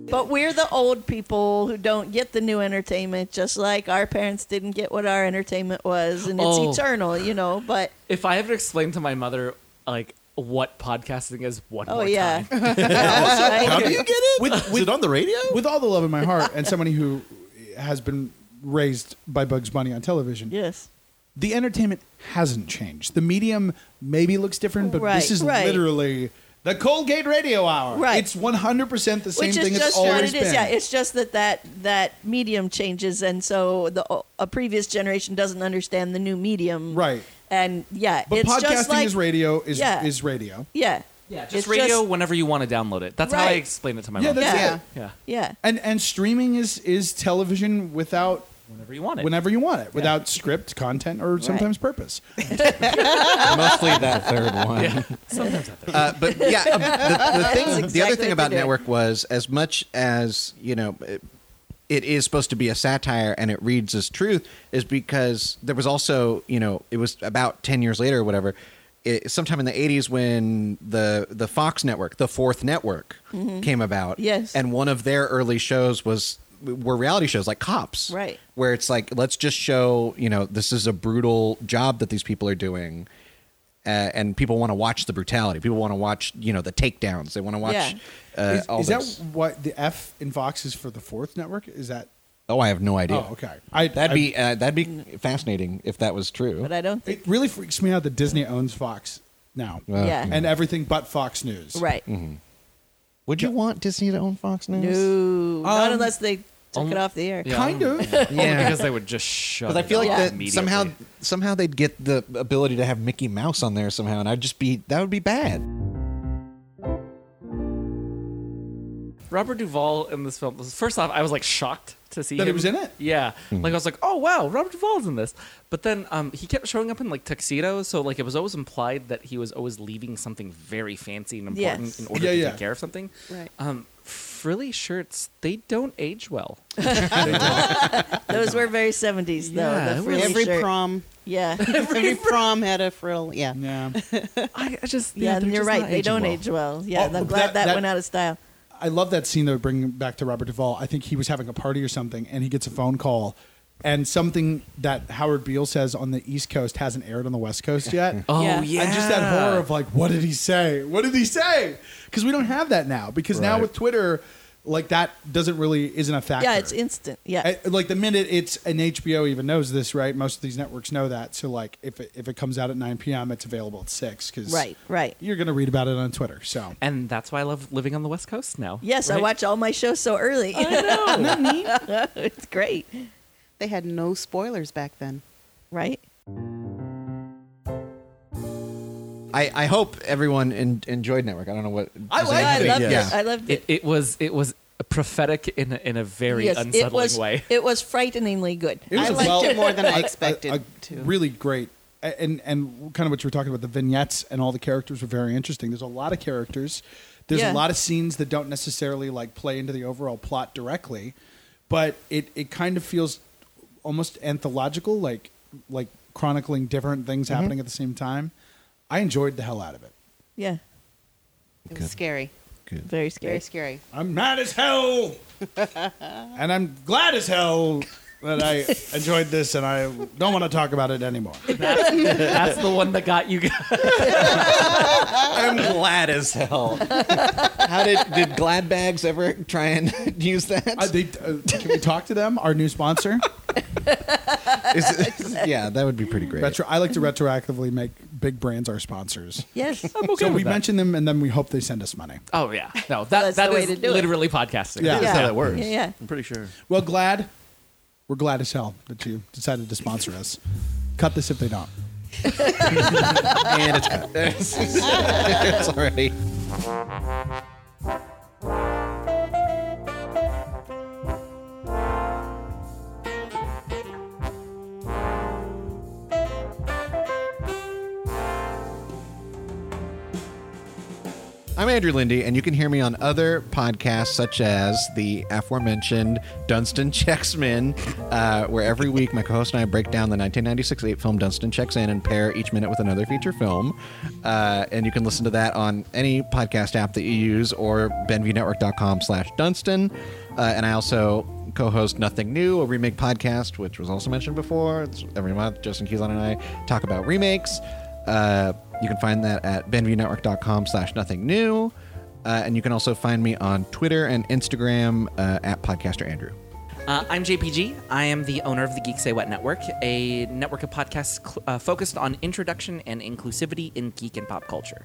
[SPEAKER 5] But we're the old people who don't get the new entertainment, just like our parents didn't get what our entertainment was, and it's
[SPEAKER 1] Oh.
[SPEAKER 5] eternal, you know. But
[SPEAKER 1] If I ever explain to my mother like what podcasting is one
[SPEAKER 5] oh
[SPEAKER 1] more
[SPEAKER 5] yeah,
[SPEAKER 1] time,
[SPEAKER 5] [LAUGHS] I-
[SPEAKER 6] How do you get it? [LAUGHS] is it on the radio?
[SPEAKER 2] oh. With all the love in my heart, and somebody who has been raised by Bugs Bunny on television,
[SPEAKER 5] yes.
[SPEAKER 2] the entertainment hasn't changed. The medium maybe looks different, but
[SPEAKER 5] Right,
[SPEAKER 2] this is
[SPEAKER 5] right.
[SPEAKER 2] literally the Colgate Radio Hour.
[SPEAKER 5] Right.
[SPEAKER 2] It's one hundred percent the same
[SPEAKER 5] Which
[SPEAKER 2] thing
[SPEAKER 5] is
[SPEAKER 2] it's
[SPEAKER 5] just what
[SPEAKER 2] always
[SPEAKER 5] it is.
[SPEAKER 2] been.
[SPEAKER 5] Yeah, it's just that that that medium changes, and so the uh, a previous generation doesn't understand the new medium,
[SPEAKER 2] Right.
[SPEAKER 5] And yeah,
[SPEAKER 2] but
[SPEAKER 5] it's
[SPEAKER 2] podcasting
[SPEAKER 5] just like,
[SPEAKER 2] is radio. Is
[SPEAKER 5] Yeah.
[SPEAKER 2] is radio.
[SPEAKER 5] Yeah,
[SPEAKER 1] yeah, just
[SPEAKER 5] It's
[SPEAKER 1] radio whenever you want to download it. That's how I
[SPEAKER 5] Right.
[SPEAKER 1] explain it to my
[SPEAKER 2] Yeah,
[SPEAKER 1] mother.
[SPEAKER 2] that's
[SPEAKER 5] Yeah.
[SPEAKER 2] it.
[SPEAKER 1] yeah,
[SPEAKER 5] yeah,
[SPEAKER 2] And and streaming is is television without
[SPEAKER 1] whenever you want it.
[SPEAKER 2] whenever you want it, without script, content, or sometimes purpose.
[SPEAKER 4] Mostly that third
[SPEAKER 6] [LAUGHS]
[SPEAKER 4] one.
[SPEAKER 1] Sometimes I think.
[SPEAKER 4] Uh, but yeah, um, the, the thing, the other
[SPEAKER 5] exactly
[SPEAKER 4] thing
[SPEAKER 5] what
[SPEAKER 4] about
[SPEAKER 5] they did.
[SPEAKER 4] network was as much as you know, it, it is supposed to be a satire and it reads as truth, is because there was also you know it was about ten years later or whatever, it, sometime in the eighties when the the Fox network, the fourth network, came about.
[SPEAKER 5] Mm-hmm. Yes.
[SPEAKER 4] and one of their early shows was were reality shows like Cops,
[SPEAKER 5] Right.
[SPEAKER 4] Where it's like let's just show you know this is a brutal job that these people are doing. Uh, and people want to watch the brutality. People want to watch, you know, the takedowns. They want to watch
[SPEAKER 5] Yeah.
[SPEAKER 4] uh,
[SPEAKER 2] is
[SPEAKER 4] all
[SPEAKER 2] is that
[SPEAKER 4] this.
[SPEAKER 2] what the F in Fox is for the fourth network? Is that?
[SPEAKER 4] oh, I have no idea.
[SPEAKER 2] Oh, okay. I
[SPEAKER 4] That'd
[SPEAKER 2] I-
[SPEAKER 4] be uh, that'd be fascinating if that was true.
[SPEAKER 5] But I don't think.
[SPEAKER 2] It really freaks me out that Disney owns Fox now.
[SPEAKER 5] yeah.
[SPEAKER 2] And everything but Fox News.
[SPEAKER 5] right.
[SPEAKER 4] Would you want Disney to own Fox News?
[SPEAKER 5] No. not
[SPEAKER 2] Um,
[SPEAKER 5] unless they took
[SPEAKER 1] only-
[SPEAKER 5] it off the air.
[SPEAKER 1] um, Yeah.
[SPEAKER 2] Kind of.
[SPEAKER 1] [LAUGHS] Only because they would just shut.
[SPEAKER 4] Because I feel like
[SPEAKER 5] Yeah.
[SPEAKER 4] that somehow somehow they'd get the ability to have Mickey Mouse on there somehow, and I'd just be that would be bad.
[SPEAKER 1] Robert Duvall in this film. First off, I was like shocked to see
[SPEAKER 2] That he
[SPEAKER 1] him.
[SPEAKER 2] was in it?
[SPEAKER 1] Yeah, like I was like, oh wow, Robert Duvall's in this. But then um, he kept showing up in like tuxedos, so like it was always implied that he was always leaving something very fancy and important
[SPEAKER 5] Yes.
[SPEAKER 1] in order
[SPEAKER 2] Yeah,
[SPEAKER 1] to
[SPEAKER 2] yeah.
[SPEAKER 1] take care of something.
[SPEAKER 5] Right.
[SPEAKER 1] Um, frilly shirts they don't age
[SPEAKER 5] [LAUGHS]
[SPEAKER 1] well.
[SPEAKER 5] [LAUGHS] Those were very 70s, though.
[SPEAKER 1] Yeah,
[SPEAKER 5] the
[SPEAKER 1] it
[SPEAKER 5] frilly
[SPEAKER 1] was-
[SPEAKER 3] every
[SPEAKER 5] shirt.
[SPEAKER 2] [LAUGHS]
[SPEAKER 3] prom,
[SPEAKER 1] [LAUGHS]
[SPEAKER 5] Yeah.
[SPEAKER 3] every prom had a frill. Yeah.
[SPEAKER 2] Yeah. [LAUGHS]
[SPEAKER 1] I, I just
[SPEAKER 5] [LAUGHS] Yeah,
[SPEAKER 1] yeah,
[SPEAKER 5] and
[SPEAKER 1] they're
[SPEAKER 5] you're
[SPEAKER 1] just
[SPEAKER 5] right.
[SPEAKER 1] not
[SPEAKER 5] They
[SPEAKER 1] aging
[SPEAKER 5] don't
[SPEAKER 1] well.
[SPEAKER 5] age well. Yeah,
[SPEAKER 2] Oh,
[SPEAKER 5] and I'm
[SPEAKER 2] but
[SPEAKER 5] glad
[SPEAKER 2] that-
[SPEAKER 5] that,
[SPEAKER 2] that-
[SPEAKER 5] went out of style.
[SPEAKER 2] I love that scene though, bringing back to Robert Duvall. I think he was having a party or something, and he gets a phone call, and something that Howard Beale says on the East Coast hasn't aired on the West Coast yet.
[SPEAKER 1] Oh
[SPEAKER 5] Yeah.
[SPEAKER 1] yeah,
[SPEAKER 5] And
[SPEAKER 2] And just that horror of like, what did he say? What did he say? Because we don't have that now. Because now
[SPEAKER 6] Right.
[SPEAKER 2] with Twitter, like that doesn't really isn't a factor. uh,
[SPEAKER 5] Yeah, it's instant. Yeah.
[SPEAKER 2] I- like the minute it's an HBO even knows this, right? Most of these networks know that. So like, if it, if it comes out at 9 p.m., it's available at six because
[SPEAKER 5] right, right.
[SPEAKER 2] you're gonna read about it on Twitter. So
[SPEAKER 1] And that's why I love living on the West Coast now.
[SPEAKER 5] Yes, I
[SPEAKER 1] right?
[SPEAKER 5] watch all my shows so early. [LAUGHS]
[SPEAKER 1] I know.
[SPEAKER 5] it's great,
[SPEAKER 3] They had no spoilers back then.
[SPEAKER 5] right?
[SPEAKER 4] I, I hope everyone en- enjoyed Network. I don't know what
[SPEAKER 2] I
[SPEAKER 4] does
[SPEAKER 2] liked
[SPEAKER 5] I
[SPEAKER 4] anybody-
[SPEAKER 5] loved
[SPEAKER 6] yes.
[SPEAKER 5] it. I loved
[SPEAKER 1] it,
[SPEAKER 5] it.
[SPEAKER 1] it was it was prophetic in a, in a very
[SPEAKER 5] Yes,
[SPEAKER 1] unsettling
[SPEAKER 5] it was, [LAUGHS]
[SPEAKER 1] way.
[SPEAKER 5] It was frighteningly good.
[SPEAKER 2] It was
[SPEAKER 3] I
[SPEAKER 2] a
[SPEAKER 3] liked
[SPEAKER 2] well-
[SPEAKER 3] it
[SPEAKER 2] [LAUGHS]
[SPEAKER 3] more than
[SPEAKER 2] a-
[SPEAKER 3] I
[SPEAKER 2] a-
[SPEAKER 3] expected
[SPEAKER 2] a
[SPEAKER 3] to.
[SPEAKER 2] Really great. A- And and kind of what you were talking about, the vignettes and all the characters were very interesting. There's a lot of characters. There's
[SPEAKER 5] Yeah.
[SPEAKER 2] a lot of scenes that don't necessarily like play into the overall plot directly, but it, it kind of feels almost anthological, like like chronicling different things happening at the same time. I enjoyed the hell out of it.
[SPEAKER 5] [LAUGHS] Yeah,
[SPEAKER 3] It was scary.
[SPEAKER 5] very scary.
[SPEAKER 3] Very scary.
[SPEAKER 2] I'm mad as hell, and I'm glad as hell that I enjoyed this, and I don't want to talk about it anymore.
[SPEAKER 1] That's the one that got you guys.
[SPEAKER 4] I'm glad as [LAUGHS] hell. How did did Glad Bags ever try and [LAUGHS] use that?
[SPEAKER 2] Uh, they, uh, can we talk to them? Our new sponsor,
[SPEAKER 4] Is [LAUGHS] it- yeah, that would be pretty great.
[SPEAKER 2] Retro. I like to retroactively make big brands our sponsors.
[SPEAKER 5] Yes,
[SPEAKER 2] so we
[SPEAKER 1] that.
[SPEAKER 2] mention them, and then we hope they send us money.
[SPEAKER 1] Oh yeah, no, that,
[SPEAKER 5] That's
[SPEAKER 1] that
[SPEAKER 5] the way
[SPEAKER 1] is
[SPEAKER 5] to do it.
[SPEAKER 1] literally podcasting.
[SPEAKER 2] Yeah.
[SPEAKER 6] That's
[SPEAKER 5] Yeah.
[SPEAKER 6] how that works.
[SPEAKER 5] Yeah, yeah.
[SPEAKER 6] I'm pretty sure.
[SPEAKER 2] Well, glad we're glad as hell that you decided to sponsor us. Cut this if they don't.
[SPEAKER 4] and it's cut. [LAUGHS] it's already. I'm Andrew Lindy, and you can hear me on other podcasts such as the aforementioned Dunstan Checks Men, uh, where every week my co host and I break down the 1996 8 film Dunstan Checks In and pair each minute with another feature film. Uh, and you can listen to that on any podcast app that you use or benvnetwork.com slash Dunstan. Uh, and I also co host Nothing New, a remake podcast, which was also mentioned before. It's every month, Justin Keelan and I talk about remakes. Uh, you can find that at benviewnetwork.com slash nothing new. Uh, and you can also find me on Twitter and Instagram uh, at podcaster Andrew.
[SPEAKER 1] Uh, I'm JPG. I am the owner of the Geek Say What Network, a network of podcasts cl- uh, focused on introduction and inclusivity in geek and pop culture.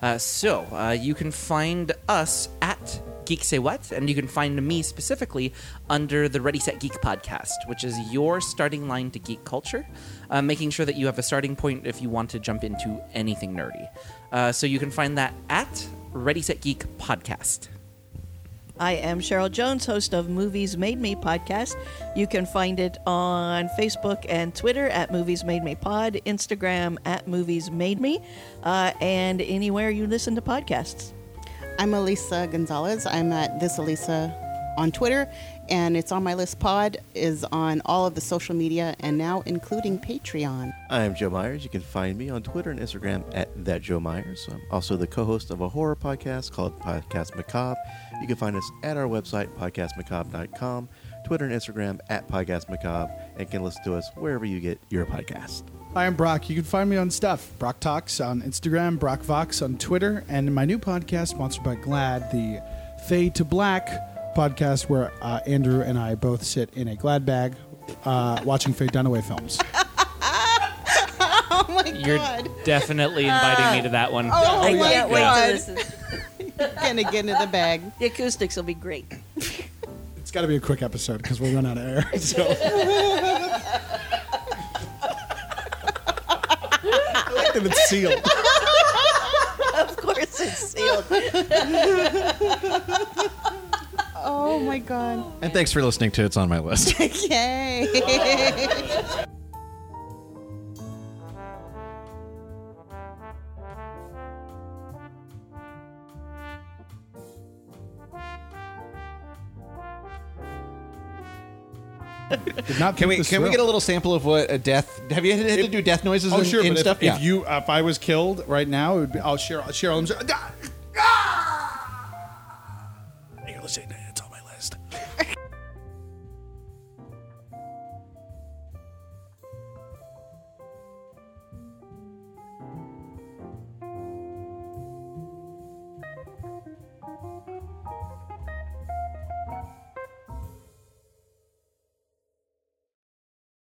[SPEAKER 1] Uh, so uh, you can find us at Geek Say What, and you can find me specifically under the Ready Set Geek podcast, which is your starting line to geek culture, uh, making sure that you have a starting point if you want to jump into anything nerdy. Uh, so you can find that at Ready Set Geek podcast.
[SPEAKER 5] I am Cheryl Jones, host of Movies Made Me podcast. You can find it on Facebook and Twitter at Movies Made Me Pod, Instagram at Movies Made Me, uh, and anywhere you listen to podcasts.
[SPEAKER 3] I'm Elisa Gonzalez. I'm at this Elisa on Twitter, and it's on my list. Pod is on all of the social media, and now including Patreon.
[SPEAKER 6] I am Joe Myers. You can find me on Twitter and Instagram at that Joe Myers. I'm also the co-host of a horror podcast called Podcast Macabre. You can find us at our website podcastmacabre.com. Twitter and Instagram at Podcast Macabre, and can listen to us wherever you get your podcast.
[SPEAKER 2] I am Brock. You can find me on stuff. Brock Talks on Instagram, Brock Vox on Twitter, and my new podcast, sponsored by Glad, the Fade to Black podcast, where uh, Andrew and I both sit in a Glad bag uh, watching Faye Dunaway [LAUGHS] films.
[SPEAKER 3] Oh my
[SPEAKER 1] You're
[SPEAKER 3] god.
[SPEAKER 1] definitely inviting me to that one.
[SPEAKER 3] Oh
[SPEAKER 5] I
[SPEAKER 3] my
[SPEAKER 5] can't wait
[SPEAKER 3] god.
[SPEAKER 5] to listen.
[SPEAKER 3] [LAUGHS] Gonna get into the bag.
[SPEAKER 5] The acoustics will be great.
[SPEAKER 2] It's got to be a quick episode because we'll run out of [LAUGHS] air. So. I like that it's sealed.
[SPEAKER 5] [LAUGHS] Of course, it's sealed.
[SPEAKER 3] Oh my god.
[SPEAKER 4] And thanks for listening to It's On My List.
[SPEAKER 3] [LAUGHS] Yay.
[SPEAKER 2] Did not
[SPEAKER 4] [LAUGHS]
[SPEAKER 2] think
[SPEAKER 4] Can we
[SPEAKER 2] this
[SPEAKER 4] can we
[SPEAKER 2] through.
[SPEAKER 4] get a little sample of what a death? Have you had to do death noises?
[SPEAKER 2] Oh
[SPEAKER 4] in,
[SPEAKER 2] sure,
[SPEAKER 4] in
[SPEAKER 2] but if,
[SPEAKER 4] stuff?
[SPEAKER 2] if you if I was killed right now, it would be I'll share I'll share all them. Ah! You're listening to